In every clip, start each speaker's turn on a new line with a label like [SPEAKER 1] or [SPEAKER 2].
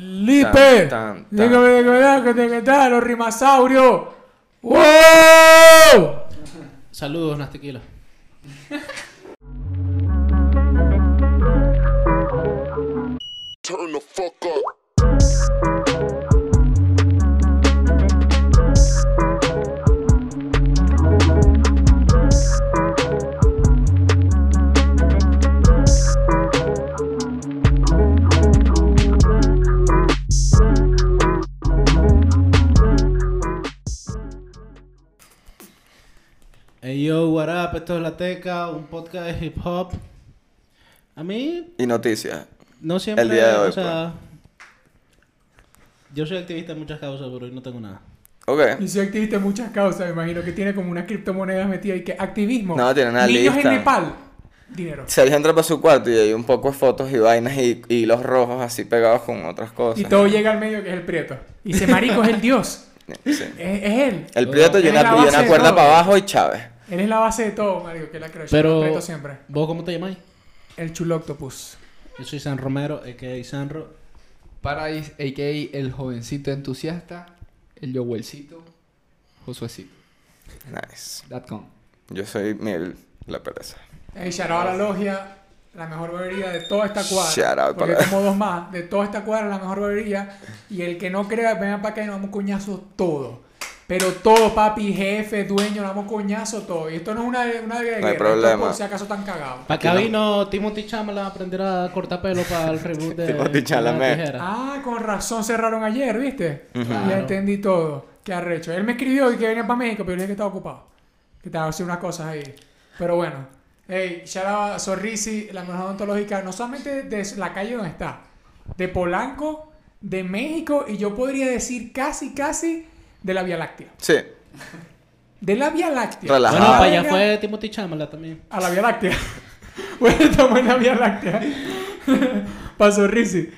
[SPEAKER 1] Lipe.
[SPEAKER 2] Tan, tan, tan.
[SPEAKER 1] Dígame de verdad que te que tal, los rimasaurios. ¡Wow!
[SPEAKER 3] Saludos, Nastiquila.
[SPEAKER 4] Turn the fuck up.
[SPEAKER 3] Hey yo, what up? Esto es La Teca, un podcast de hip hop. A mí,
[SPEAKER 2] Y noticias.
[SPEAKER 3] no siempre.
[SPEAKER 2] El día de hoy, pues.
[SPEAKER 3] o sea, yo soy activista en muchas causas, pero hoy no tengo nada.
[SPEAKER 2] Ok.
[SPEAKER 1] Y si activista en muchas causas, me imagino que tiene como unas criptomonedas metidas y que activismo.
[SPEAKER 2] No, tiene una
[SPEAKER 1] Niños
[SPEAKER 2] lista.
[SPEAKER 1] en Nepal. Dinero.
[SPEAKER 2] Sergio entra para su cuarto y hay un poco de fotos y vainas y, y los rojos así pegados con otras cosas.
[SPEAKER 1] Y todo llega al medio que es el prieto. Y dice, marico, es el dios.
[SPEAKER 2] Sí.
[SPEAKER 1] Es, es él.
[SPEAKER 2] El Prieto y
[SPEAKER 1] Tiene
[SPEAKER 2] una,
[SPEAKER 1] la
[SPEAKER 2] y
[SPEAKER 1] base
[SPEAKER 2] una
[SPEAKER 1] de
[SPEAKER 2] cuerda
[SPEAKER 1] todo.
[SPEAKER 2] para abajo y Chávez.
[SPEAKER 1] Él es la base de todo, marico, que es la creo.
[SPEAKER 3] Pero-
[SPEAKER 1] Prieto siempre.
[SPEAKER 3] ¿Vos cómo te llamáis?
[SPEAKER 1] El chuloctopus.
[SPEAKER 3] Yo soy San Romero, a.k.a. Sanro.
[SPEAKER 5] Paradise, a.k.a. el jovencito entusiasta, el yoguelcito, Josuecito.
[SPEAKER 2] Nice.
[SPEAKER 5] That con.
[SPEAKER 2] Yo soy Miguel La Pereza.
[SPEAKER 1] Ey, shout out a la logia, la mejor bebería de toda esta cuadra.
[SPEAKER 2] Shout out
[SPEAKER 1] porque
[SPEAKER 2] para-
[SPEAKER 1] como dos más, de toda esta cuadra la mejor bebería. Y el que no crea, venga para acá y nos damos coñazo todo. Pero todo, papi, jefe, dueño, nos damos coñazo todo. Y esto no es una, una de
[SPEAKER 2] No hay
[SPEAKER 1] guerra,
[SPEAKER 2] problema.
[SPEAKER 1] esto por si acaso están cagados.
[SPEAKER 3] Para acá vino Timothy Chamala a aprender a cortar pelo para el reboot de.
[SPEAKER 2] Timothy
[SPEAKER 3] de
[SPEAKER 2] Chalamet.
[SPEAKER 3] La Tijera.
[SPEAKER 1] Ah, con razón cerraron ayer, ¿viste? Ya
[SPEAKER 3] Claro.
[SPEAKER 1] entendí todo. Qué arrecho. Él me escribió y que venía para México, pero yo le dije que estaba ocupado. Que estaba haciendo unas cosas ahí. Pero bueno. Hey, Shara Sorrisi, la mejor odontológica, no solamente de la calle donde está, de Polanco, de México y yo podría decir casi, casi de la Vía Láctea.
[SPEAKER 2] Sí.
[SPEAKER 1] De la Vía Láctea.
[SPEAKER 2] Relajado.
[SPEAKER 3] Bueno,
[SPEAKER 2] Ajá.
[SPEAKER 3] para allá fue Timothy Chamala también.
[SPEAKER 1] A la Vía Láctea. bueno, estamos en la Vía Láctea. Pasó Risi.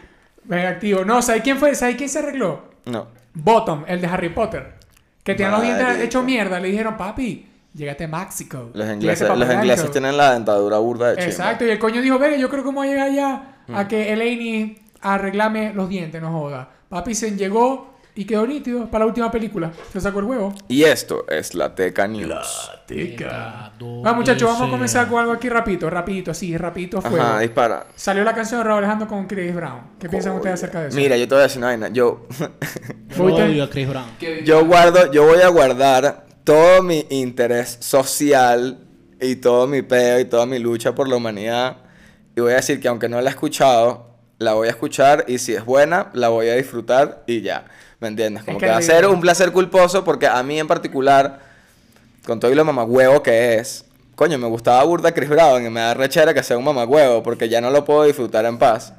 [SPEAKER 1] Ven activo. No, ¿sabes quién fue? ¿Sabes quién se arregló?
[SPEAKER 2] No.
[SPEAKER 1] Bottom, el de Harry Potter. Que tiene los dientes
[SPEAKER 2] Marico.
[SPEAKER 1] hechos mierda. Le dijeron, papi, llégate a México.
[SPEAKER 2] Los
[SPEAKER 1] Llégate
[SPEAKER 2] ingleses,
[SPEAKER 1] pa'
[SPEAKER 2] los
[SPEAKER 1] Polanco".
[SPEAKER 2] ingleses tienen la dentadura burda de chimba. Mm.
[SPEAKER 1] Exacto. Y el coño dijo, verga, yo creo que me voy a llegar allá a que Eleni arreglame los dientes, no joda. Papi se llegó y quedó nítido para la última película. Se sacó el huevo.
[SPEAKER 2] Y esto es la Teca News.
[SPEAKER 1] Va, muchachos, vamos a comenzar con algo aquí rapidito, rapidito, así, rapidito a fuego.
[SPEAKER 2] Ajá, dispara.
[SPEAKER 1] Salió la canción de Raúl Alejandro con Chris Brown. ¿Qué piensan ustedes acerca de eso?
[SPEAKER 2] Mira, yo te voy a decir una vaina. Yo,
[SPEAKER 3] Yo
[SPEAKER 1] Voy a-
[SPEAKER 3] odio a Chris Brown.
[SPEAKER 2] yo guardo, yo voy a guardar todo mi interés social y todo mi peo y toda mi lucha por la humanidad. Y voy a decir que aunque no la he escuchado, la voy a escuchar y si es buena, la voy a disfrutar y ya. ¿Me entiendes? Como
[SPEAKER 1] Es
[SPEAKER 2] que,
[SPEAKER 1] que
[SPEAKER 2] va a
[SPEAKER 1] el-
[SPEAKER 2] ser un placer culposo porque a mí en particular, con todo y lo mamagüevo que es, coño, me gustaba burda Chris Brown y me da rechera que sea un mamagüevo porque ya no lo puedo disfrutar en paz.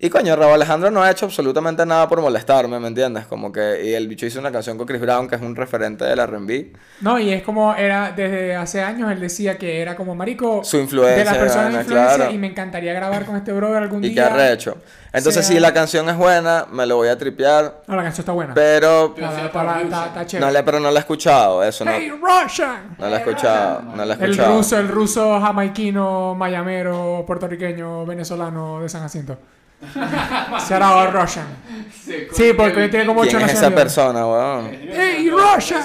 [SPEAKER 2] Y coño, Raúl Alejandro no ha hecho absolutamente nada por molestarme, ¿me entiendes? Como que, y el bicho hizo una canción con Chris Brown, que es un referente del R&B.
[SPEAKER 1] No, y es como era desde hace años él decía que era como marico
[SPEAKER 2] Su influencia,
[SPEAKER 1] de las personas de
[SPEAKER 2] vaina,
[SPEAKER 1] influencia
[SPEAKER 2] claro.
[SPEAKER 1] y me encantaría grabar con este brother algún
[SPEAKER 2] Y que
[SPEAKER 1] día.
[SPEAKER 2] arrecho. Entonces,
[SPEAKER 1] sea-
[SPEAKER 2] si la canción es buena, me lo voy a tripear,
[SPEAKER 1] No, la canción está buena.
[SPEAKER 2] pero
[SPEAKER 1] La- la- la- la- está- está
[SPEAKER 2] no,
[SPEAKER 1] chévere.
[SPEAKER 2] le, pero no la he escuchado, eso no,
[SPEAKER 1] Hey Russian.
[SPEAKER 2] no la he escuchado, no la he
[SPEAKER 1] El
[SPEAKER 2] escuchado.
[SPEAKER 1] ruso, el ruso jamaiquino, mayamero, puertorriqueño, venezolano de San Jacinto. Será Russian. Sí, porque hoy tiene como ocho
[SPEAKER 2] ¿Quién es esa
[SPEAKER 1] nacionalidades.
[SPEAKER 2] persona,
[SPEAKER 5] Eh,
[SPEAKER 2] weón?
[SPEAKER 1] Hey Russian.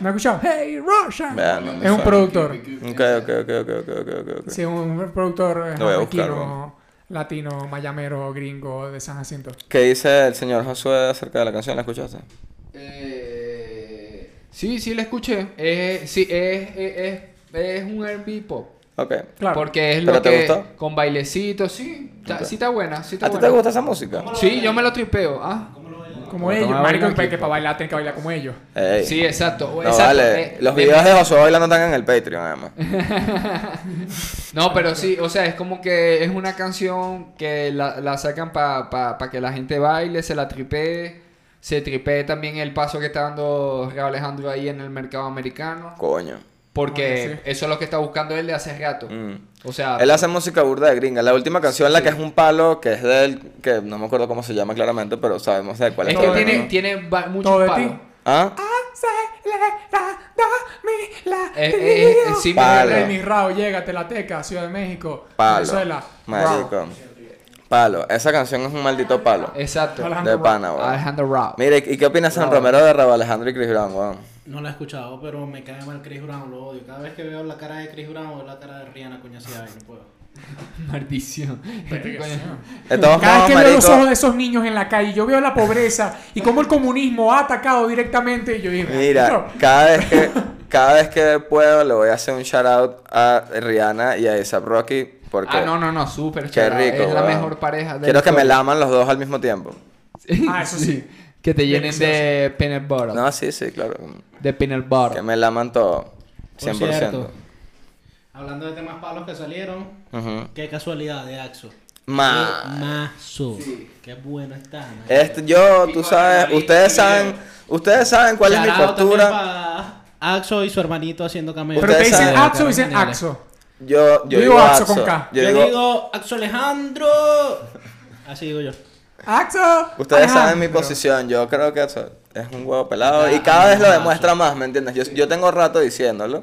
[SPEAKER 1] ¿Me has escuchado? Hey Russian.
[SPEAKER 2] Vean, no me
[SPEAKER 1] es un
[SPEAKER 2] suena.
[SPEAKER 1] productor.
[SPEAKER 2] Ok, ok, ok, ok, ok, ok, ok.
[SPEAKER 1] Sí, un productor eh,
[SPEAKER 2] Lo voy a buscar,
[SPEAKER 1] jamaiquino,
[SPEAKER 2] weón.
[SPEAKER 1] latino, mayamero, gringo de San Jacinto.
[SPEAKER 2] ¿Qué dice el señor Josué acerca de la canción? ¿La escuchaste?
[SPEAKER 5] Eh, sí, sí, la escuché. Eh, sí, es, es, es, es un R&B pop.
[SPEAKER 2] Ok.
[SPEAKER 1] Claro.
[SPEAKER 5] Porque es
[SPEAKER 2] ¿Pero
[SPEAKER 5] lo
[SPEAKER 2] te
[SPEAKER 5] que...
[SPEAKER 2] gustó?
[SPEAKER 5] Con bailecitos, sí. Está,
[SPEAKER 2] Ok.
[SPEAKER 5] Sí está buena, sí está
[SPEAKER 2] ¿A ti
[SPEAKER 5] buena.
[SPEAKER 2] te gusta esa música?
[SPEAKER 5] Sí, yo me lo tripeo. Ah,
[SPEAKER 1] Como
[SPEAKER 5] Bueno,
[SPEAKER 1] ellos,
[SPEAKER 5] toma
[SPEAKER 1] marico,
[SPEAKER 5] bailar
[SPEAKER 1] que,
[SPEAKER 5] aquí,
[SPEAKER 1] para bailar tienen que bailar como ellos.
[SPEAKER 2] Ey.
[SPEAKER 5] sí, exacto.
[SPEAKER 2] No,
[SPEAKER 5] exacto.
[SPEAKER 2] vale.
[SPEAKER 5] Eh,
[SPEAKER 2] Los
[SPEAKER 5] de-
[SPEAKER 2] videos de Josué bailando están en el Patreon, además.
[SPEAKER 5] No, pero sí, o sea, es como que es una canción que la, la sacan para que la gente baile, se la tripee, se tripee también el paso que está dando Raúl Alejandro ahí en el mercado americano,
[SPEAKER 2] Coño.
[SPEAKER 5] porque
[SPEAKER 1] Oye, sí.
[SPEAKER 5] eso es lo que está buscando él de hace rato.
[SPEAKER 2] Mm.
[SPEAKER 5] O sea,
[SPEAKER 2] Él hace música burda de gringa. La última canción, la que es un palo, que es de él, que no me acuerdo cómo se llama claramente, pero sabemos de cuál es.
[SPEAKER 5] es que
[SPEAKER 1] Todo de
[SPEAKER 5] tiene,
[SPEAKER 1] ti.
[SPEAKER 5] tiene va- muchos
[SPEAKER 1] Todo de
[SPEAKER 5] palos.
[SPEAKER 1] ti.
[SPEAKER 2] ¿Ah?
[SPEAKER 1] Acelerando mi
[SPEAKER 5] Es- es- es
[SPEAKER 1] latido.
[SPEAKER 5] Eh, sí,
[SPEAKER 2] Palo.
[SPEAKER 1] Rey, mi Rao, llégate, La Teca, Ciudad de México,
[SPEAKER 2] Palo.
[SPEAKER 1] Venezuela. Wow.
[SPEAKER 2] Marico. Palo. Esa canción es un maldito palo.
[SPEAKER 5] Exacto.
[SPEAKER 1] Hola.
[SPEAKER 2] De pana, weón.
[SPEAKER 5] Alejandro Rock.
[SPEAKER 2] Mire, ¿y qué opina San Romero de Rabo Alejandro y Chris Brown, weón?
[SPEAKER 3] No la he escuchado, pero me cae mal Chris Brown, lo odio. Cada vez que veo la cara de Chris Brown, veo la cara de Rihanna, coño, así, ay, no puedo.
[SPEAKER 5] Maldición. Este
[SPEAKER 1] Verga,
[SPEAKER 5] coño-
[SPEAKER 1] señor.
[SPEAKER 2] De todos
[SPEAKER 1] Cada
[SPEAKER 2] modos,
[SPEAKER 1] vez que veo los ojos de
[SPEAKER 2] marico.
[SPEAKER 1] esos niños en la calle, yo veo la pobreza y cómo el comunismo ha atacado directamente. Y yo digo,
[SPEAKER 2] Mira,
[SPEAKER 1] "Yo,
[SPEAKER 2] cada vez que cada vez que puedo le voy a hacer un shout out a Rihanna y a ASAP Rocky porque
[SPEAKER 5] Ah, no, no, no, súper
[SPEAKER 2] qué
[SPEAKER 5] chévere.
[SPEAKER 2] rico.
[SPEAKER 5] Es la
[SPEAKER 2] weón.
[SPEAKER 5] mejor pareja de
[SPEAKER 2] Quiero
[SPEAKER 5] la
[SPEAKER 2] que me
[SPEAKER 5] historia.
[SPEAKER 2] laman los dos al mismo tiempo.
[SPEAKER 1] Ah, eso sí.
[SPEAKER 5] Que te llenen de peanut butter.
[SPEAKER 2] No, sí, sí, claro.
[SPEAKER 5] De peanut
[SPEAKER 2] Que
[SPEAKER 5] butter.
[SPEAKER 2] me laman todo.
[SPEAKER 3] Por
[SPEAKER 2] 100%.
[SPEAKER 3] cierto, hablando de temas palos que salieron,
[SPEAKER 2] Ujú.
[SPEAKER 3] qué casualidad de Axo.
[SPEAKER 2] Ma-
[SPEAKER 3] Qué mazo. Qué buena está. man.
[SPEAKER 2] Este, yo, tú sabes, ustedes saben, ustedes saben cuál es mi
[SPEAKER 3] Shout out también
[SPEAKER 2] postura.
[SPEAKER 3] para Axo y su hermanito haciendo cameo.
[SPEAKER 1] Pero te
[SPEAKER 2] Ustedes
[SPEAKER 1] dicen
[SPEAKER 2] saben,
[SPEAKER 1] Axo,
[SPEAKER 3] caras
[SPEAKER 1] dicen
[SPEAKER 3] geniales.
[SPEAKER 1] Axo.
[SPEAKER 2] Yo, yo
[SPEAKER 1] Yo digo
[SPEAKER 2] digo
[SPEAKER 1] Axo con
[SPEAKER 2] Axo.
[SPEAKER 1] K.
[SPEAKER 2] Yo
[SPEAKER 3] yo
[SPEAKER 2] digo-
[SPEAKER 3] digo Axo Alejandro. Así digo yo.
[SPEAKER 1] Axo.
[SPEAKER 2] Ustedes saben mi
[SPEAKER 1] Alejandro.
[SPEAKER 2] posición, yo creo que eso es un huevo pelado
[SPEAKER 3] Ah,
[SPEAKER 2] y cada vez lo
[SPEAKER 3] macho.
[SPEAKER 2] demuestra más, ¿me entiendes? Yo, yo tengo rato diciéndolo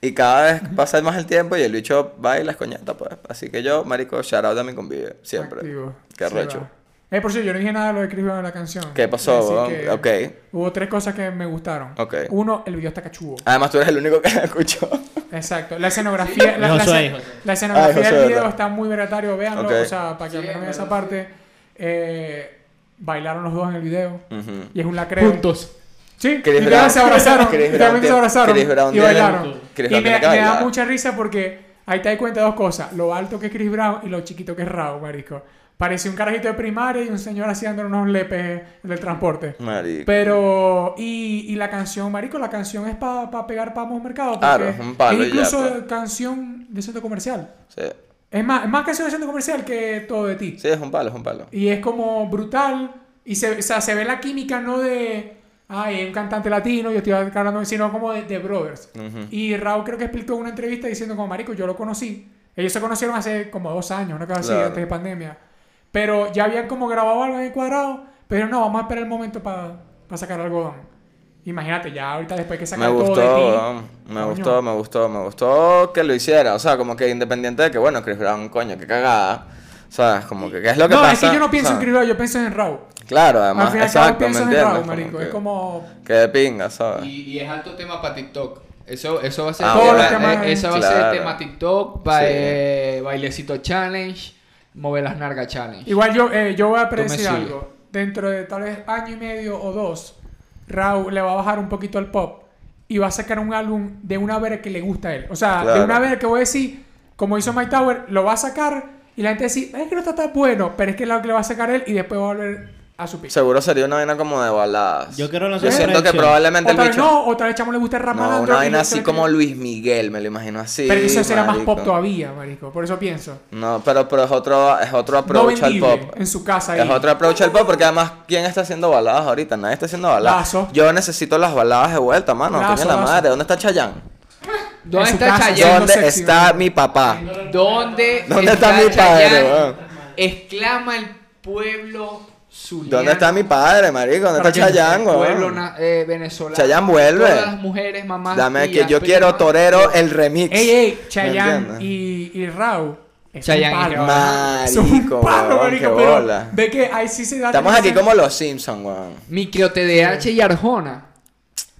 [SPEAKER 2] y cada vez pasa más el tiempo y el bicho va y las coñetas, pues. Así que yo, marico, shout out a mi convive, siempre.
[SPEAKER 1] Activo.
[SPEAKER 2] Qué
[SPEAKER 1] Sí,
[SPEAKER 2] recho.
[SPEAKER 1] va. Eh, por cierto, yo no dije nada de lo de Chris Brown en la canción.
[SPEAKER 2] ¿Qué pasó,
[SPEAKER 1] Así
[SPEAKER 2] weón?
[SPEAKER 1] que
[SPEAKER 2] Ok.
[SPEAKER 1] Hubo tres cosas que me gustaron.
[SPEAKER 2] Ok.
[SPEAKER 1] Uno, el video está cachudo.
[SPEAKER 2] Además tú eres el único que la escuchó.
[SPEAKER 1] Exacto. La escenografía, la,
[SPEAKER 3] Yo
[SPEAKER 1] la-
[SPEAKER 3] soy.
[SPEAKER 1] la- la escenografía
[SPEAKER 2] Ay, José,
[SPEAKER 1] del video
[SPEAKER 2] ¿verdad?
[SPEAKER 1] está muy veratario, véanlo.
[SPEAKER 2] Ok.
[SPEAKER 1] O sea, para que
[SPEAKER 5] Sí,
[SPEAKER 1] me vean
[SPEAKER 5] en
[SPEAKER 1] esa
[SPEAKER 5] verdad,
[SPEAKER 1] parte. Eh, bailaron los dos en el video.
[SPEAKER 2] Ujú.
[SPEAKER 1] Y es un lacreo.
[SPEAKER 5] Puntos.
[SPEAKER 1] Sí,
[SPEAKER 2] Chris
[SPEAKER 1] literalmente
[SPEAKER 2] Brown-
[SPEAKER 1] se abrazaron.
[SPEAKER 2] Chris
[SPEAKER 1] literalmente
[SPEAKER 2] Brown
[SPEAKER 1] se
[SPEAKER 2] tiene-
[SPEAKER 1] abrazaron.
[SPEAKER 2] Chris Brown
[SPEAKER 1] y
[SPEAKER 2] tiene-
[SPEAKER 1] bailaron.
[SPEAKER 2] Chris
[SPEAKER 1] y
[SPEAKER 2] Brown
[SPEAKER 1] me,
[SPEAKER 2] tiene que
[SPEAKER 1] me da
[SPEAKER 2] bailar.
[SPEAKER 1] mucha risa porque ahí te das cuenta de dos cosas: lo alto que es Chris Brown y lo chiquito que es Raúl, marico. Parecía un carajito de primaria y un señor haciendo unos lepes del transporte.
[SPEAKER 2] Marico.
[SPEAKER 1] Pero, y, y la canción, marico, la canción es para pegar para ambos mercados. porque
[SPEAKER 2] Claro, Ah, es un palo
[SPEAKER 1] Es
[SPEAKER 2] y ya,
[SPEAKER 1] incluso
[SPEAKER 2] pues.
[SPEAKER 1] canción de centro comercial.
[SPEAKER 2] Sí.
[SPEAKER 1] Es más, es más canción de centro comercial que todo de ti.
[SPEAKER 2] Sí, es un palo, es un palo.
[SPEAKER 1] Y es como brutal. Y se, o sea, se ve la química no de. Ay, un cantante latino, yo estoy hablando, sino como de, de brothers.
[SPEAKER 2] Ujú.
[SPEAKER 1] Y Raúl creo que explicó en una entrevista diciendo como, marico, yo lo conocí. Ellos se conocieron hace como dos años, una cosa así,
[SPEAKER 2] Claro.
[SPEAKER 1] antes de pandemia. Pero ya habían como grabado algo en el cuadrado, pero no, vamos a esperar el momento para sacar algodón. Imagínate, ya ahorita después que
[SPEAKER 2] Me
[SPEAKER 1] sacar
[SPEAKER 2] gustó,
[SPEAKER 1] todo de ti.
[SPEAKER 2] weón. me
[SPEAKER 1] Coño.
[SPEAKER 2] gustó, me gustó, me gustó que lo hiciera. O sea, como que independiente de que, bueno, Chris Brown, coño, qué cagada. O sea, como que, ¿qué es lo que
[SPEAKER 1] no,
[SPEAKER 2] pasa?
[SPEAKER 1] es que yo no pienso
[SPEAKER 2] O sea,
[SPEAKER 1] en Cribeo, yo pienso en Raúl.
[SPEAKER 2] Claro,
[SPEAKER 1] Al
[SPEAKER 2] además,
[SPEAKER 1] fin y al cabo
[SPEAKER 2] exacto, ¿me
[SPEAKER 1] pienso en
[SPEAKER 2] entiendes?
[SPEAKER 1] Raúl,
[SPEAKER 2] Como
[SPEAKER 1] marico.
[SPEAKER 2] que,
[SPEAKER 1] Es como...
[SPEAKER 2] que de pinga, ¿sabes?
[SPEAKER 5] Y, y es alto tema para TikTok. Eso, eso va a ser,
[SPEAKER 2] Ah,
[SPEAKER 5] tema,
[SPEAKER 1] bueno.
[SPEAKER 5] eh, eso va a
[SPEAKER 2] Claro.
[SPEAKER 5] ser tema TikTok, ba-
[SPEAKER 2] Sí.
[SPEAKER 5] eh, bailecito challenge, mover las nargas challenge.
[SPEAKER 1] Igual yo, eh, yo voy a predecir
[SPEAKER 5] sigues.
[SPEAKER 1] algo. Dentro de tal vez año y medio o dos, Raúl le va a bajar un poquito al pop y va a sacar un álbum de una vera que le gusta a él. O sea, de
[SPEAKER 2] Claro.
[SPEAKER 1] una vera que voy a decir, como hizo My Tower, lo va a sacar y la gente va a decir, es que no está tan bueno, pero es que es lo que le va a sacar él y después va a volver a su pico.
[SPEAKER 2] Seguro sería una vaina como de baladas.
[SPEAKER 3] Yo quiero lanzar
[SPEAKER 1] una
[SPEAKER 2] Yo siento que
[SPEAKER 3] predicción.
[SPEAKER 1] O
[SPEAKER 2] probablemente el
[SPEAKER 1] tal vez
[SPEAKER 2] bicho...
[SPEAKER 1] no, o tal vez chamo le gusta el rap
[SPEAKER 2] No,
[SPEAKER 1] malandro
[SPEAKER 2] una
[SPEAKER 1] y
[SPEAKER 2] vaina
[SPEAKER 1] yo
[SPEAKER 2] así
[SPEAKER 1] creo
[SPEAKER 2] como
[SPEAKER 1] que-
[SPEAKER 2] Luis Miguel, me lo imagino así.
[SPEAKER 1] Pero eso será más
[SPEAKER 2] marico.
[SPEAKER 1] pop todavía, marico. Por eso pienso.
[SPEAKER 2] No, pero, pero es otro, es otro
[SPEAKER 1] No
[SPEAKER 2] approach al
[SPEAKER 1] vendible
[SPEAKER 2] pop.
[SPEAKER 1] en su casa.
[SPEAKER 2] Es
[SPEAKER 1] ahí.
[SPEAKER 2] otro approach al pop porque además, ¿quién está haciendo baladas ahorita? Nadie está haciendo baladas.
[SPEAKER 1] Lazo.
[SPEAKER 2] Yo necesito las baladas de vuelta, mano.
[SPEAKER 1] Lazo,
[SPEAKER 2] Coño la
[SPEAKER 1] lazo.
[SPEAKER 2] madre, ¿dónde está Chayanne?
[SPEAKER 5] ¿Dónde
[SPEAKER 1] en su
[SPEAKER 5] está
[SPEAKER 1] casa,
[SPEAKER 5] Chayanne?
[SPEAKER 1] siendo
[SPEAKER 2] ¿Dónde
[SPEAKER 1] sexy,
[SPEAKER 2] está
[SPEAKER 1] marico.
[SPEAKER 2] mi papá?
[SPEAKER 5] ¿Dónde,
[SPEAKER 2] ¿Dónde está mi padre,
[SPEAKER 5] Chayanne?
[SPEAKER 2] weón?
[SPEAKER 5] Exclama el pueblo zuliano.
[SPEAKER 2] ¿Dónde está mi padre, marico? ¿Dónde
[SPEAKER 1] Para
[SPEAKER 2] está
[SPEAKER 1] que-
[SPEAKER 2] Chayanne,
[SPEAKER 5] El pueblo
[SPEAKER 2] weón?
[SPEAKER 5] na- eh, venezolano.
[SPEAKER 2] Chayanne vuelve.
[SPEAKER 5] Todas las mujeres, mamás.
[SPEAKER 2] Dame
[SPEAKER 5] tías,
[SPEAKER 2] que
[SPEAKER 1] pues,
[SPEAKER 2] yo quiero
[SPEAKER 5] primas.
[SPEAKER 2] Torero el remix.
[SPEAKER 1] Ey, ey,
[SPEAKER 2] entiendes?
[SPEAKER 1] Chayanne y, y Rao. Es
[SPEAKER 5] Chayanne y
[SPEAKER 1] un palo.
[SPEAKER 2] Rao.
[SPEAKER 1] Es un
[SPEAKER 2] Marico,
[SPEAKER 1] palo,
[SPEAKER 2] weón,
[SPEAKER 1] marico,
[SPEAKER 2] qué
[SPEAKER 1] pero
[SPEAKER 2] bola.
[SPEAKER 1] ve que ahí sí se da...
[SPEAKER 2] Estamos
[SPEAKER 1] tiene
[SPEAKER 2] aquí
[SPEAKER 1] que ser-
[SPEAKER 2] como los Simpsons, weón.
[SPEAKER 5] Micro TDH y Arjona.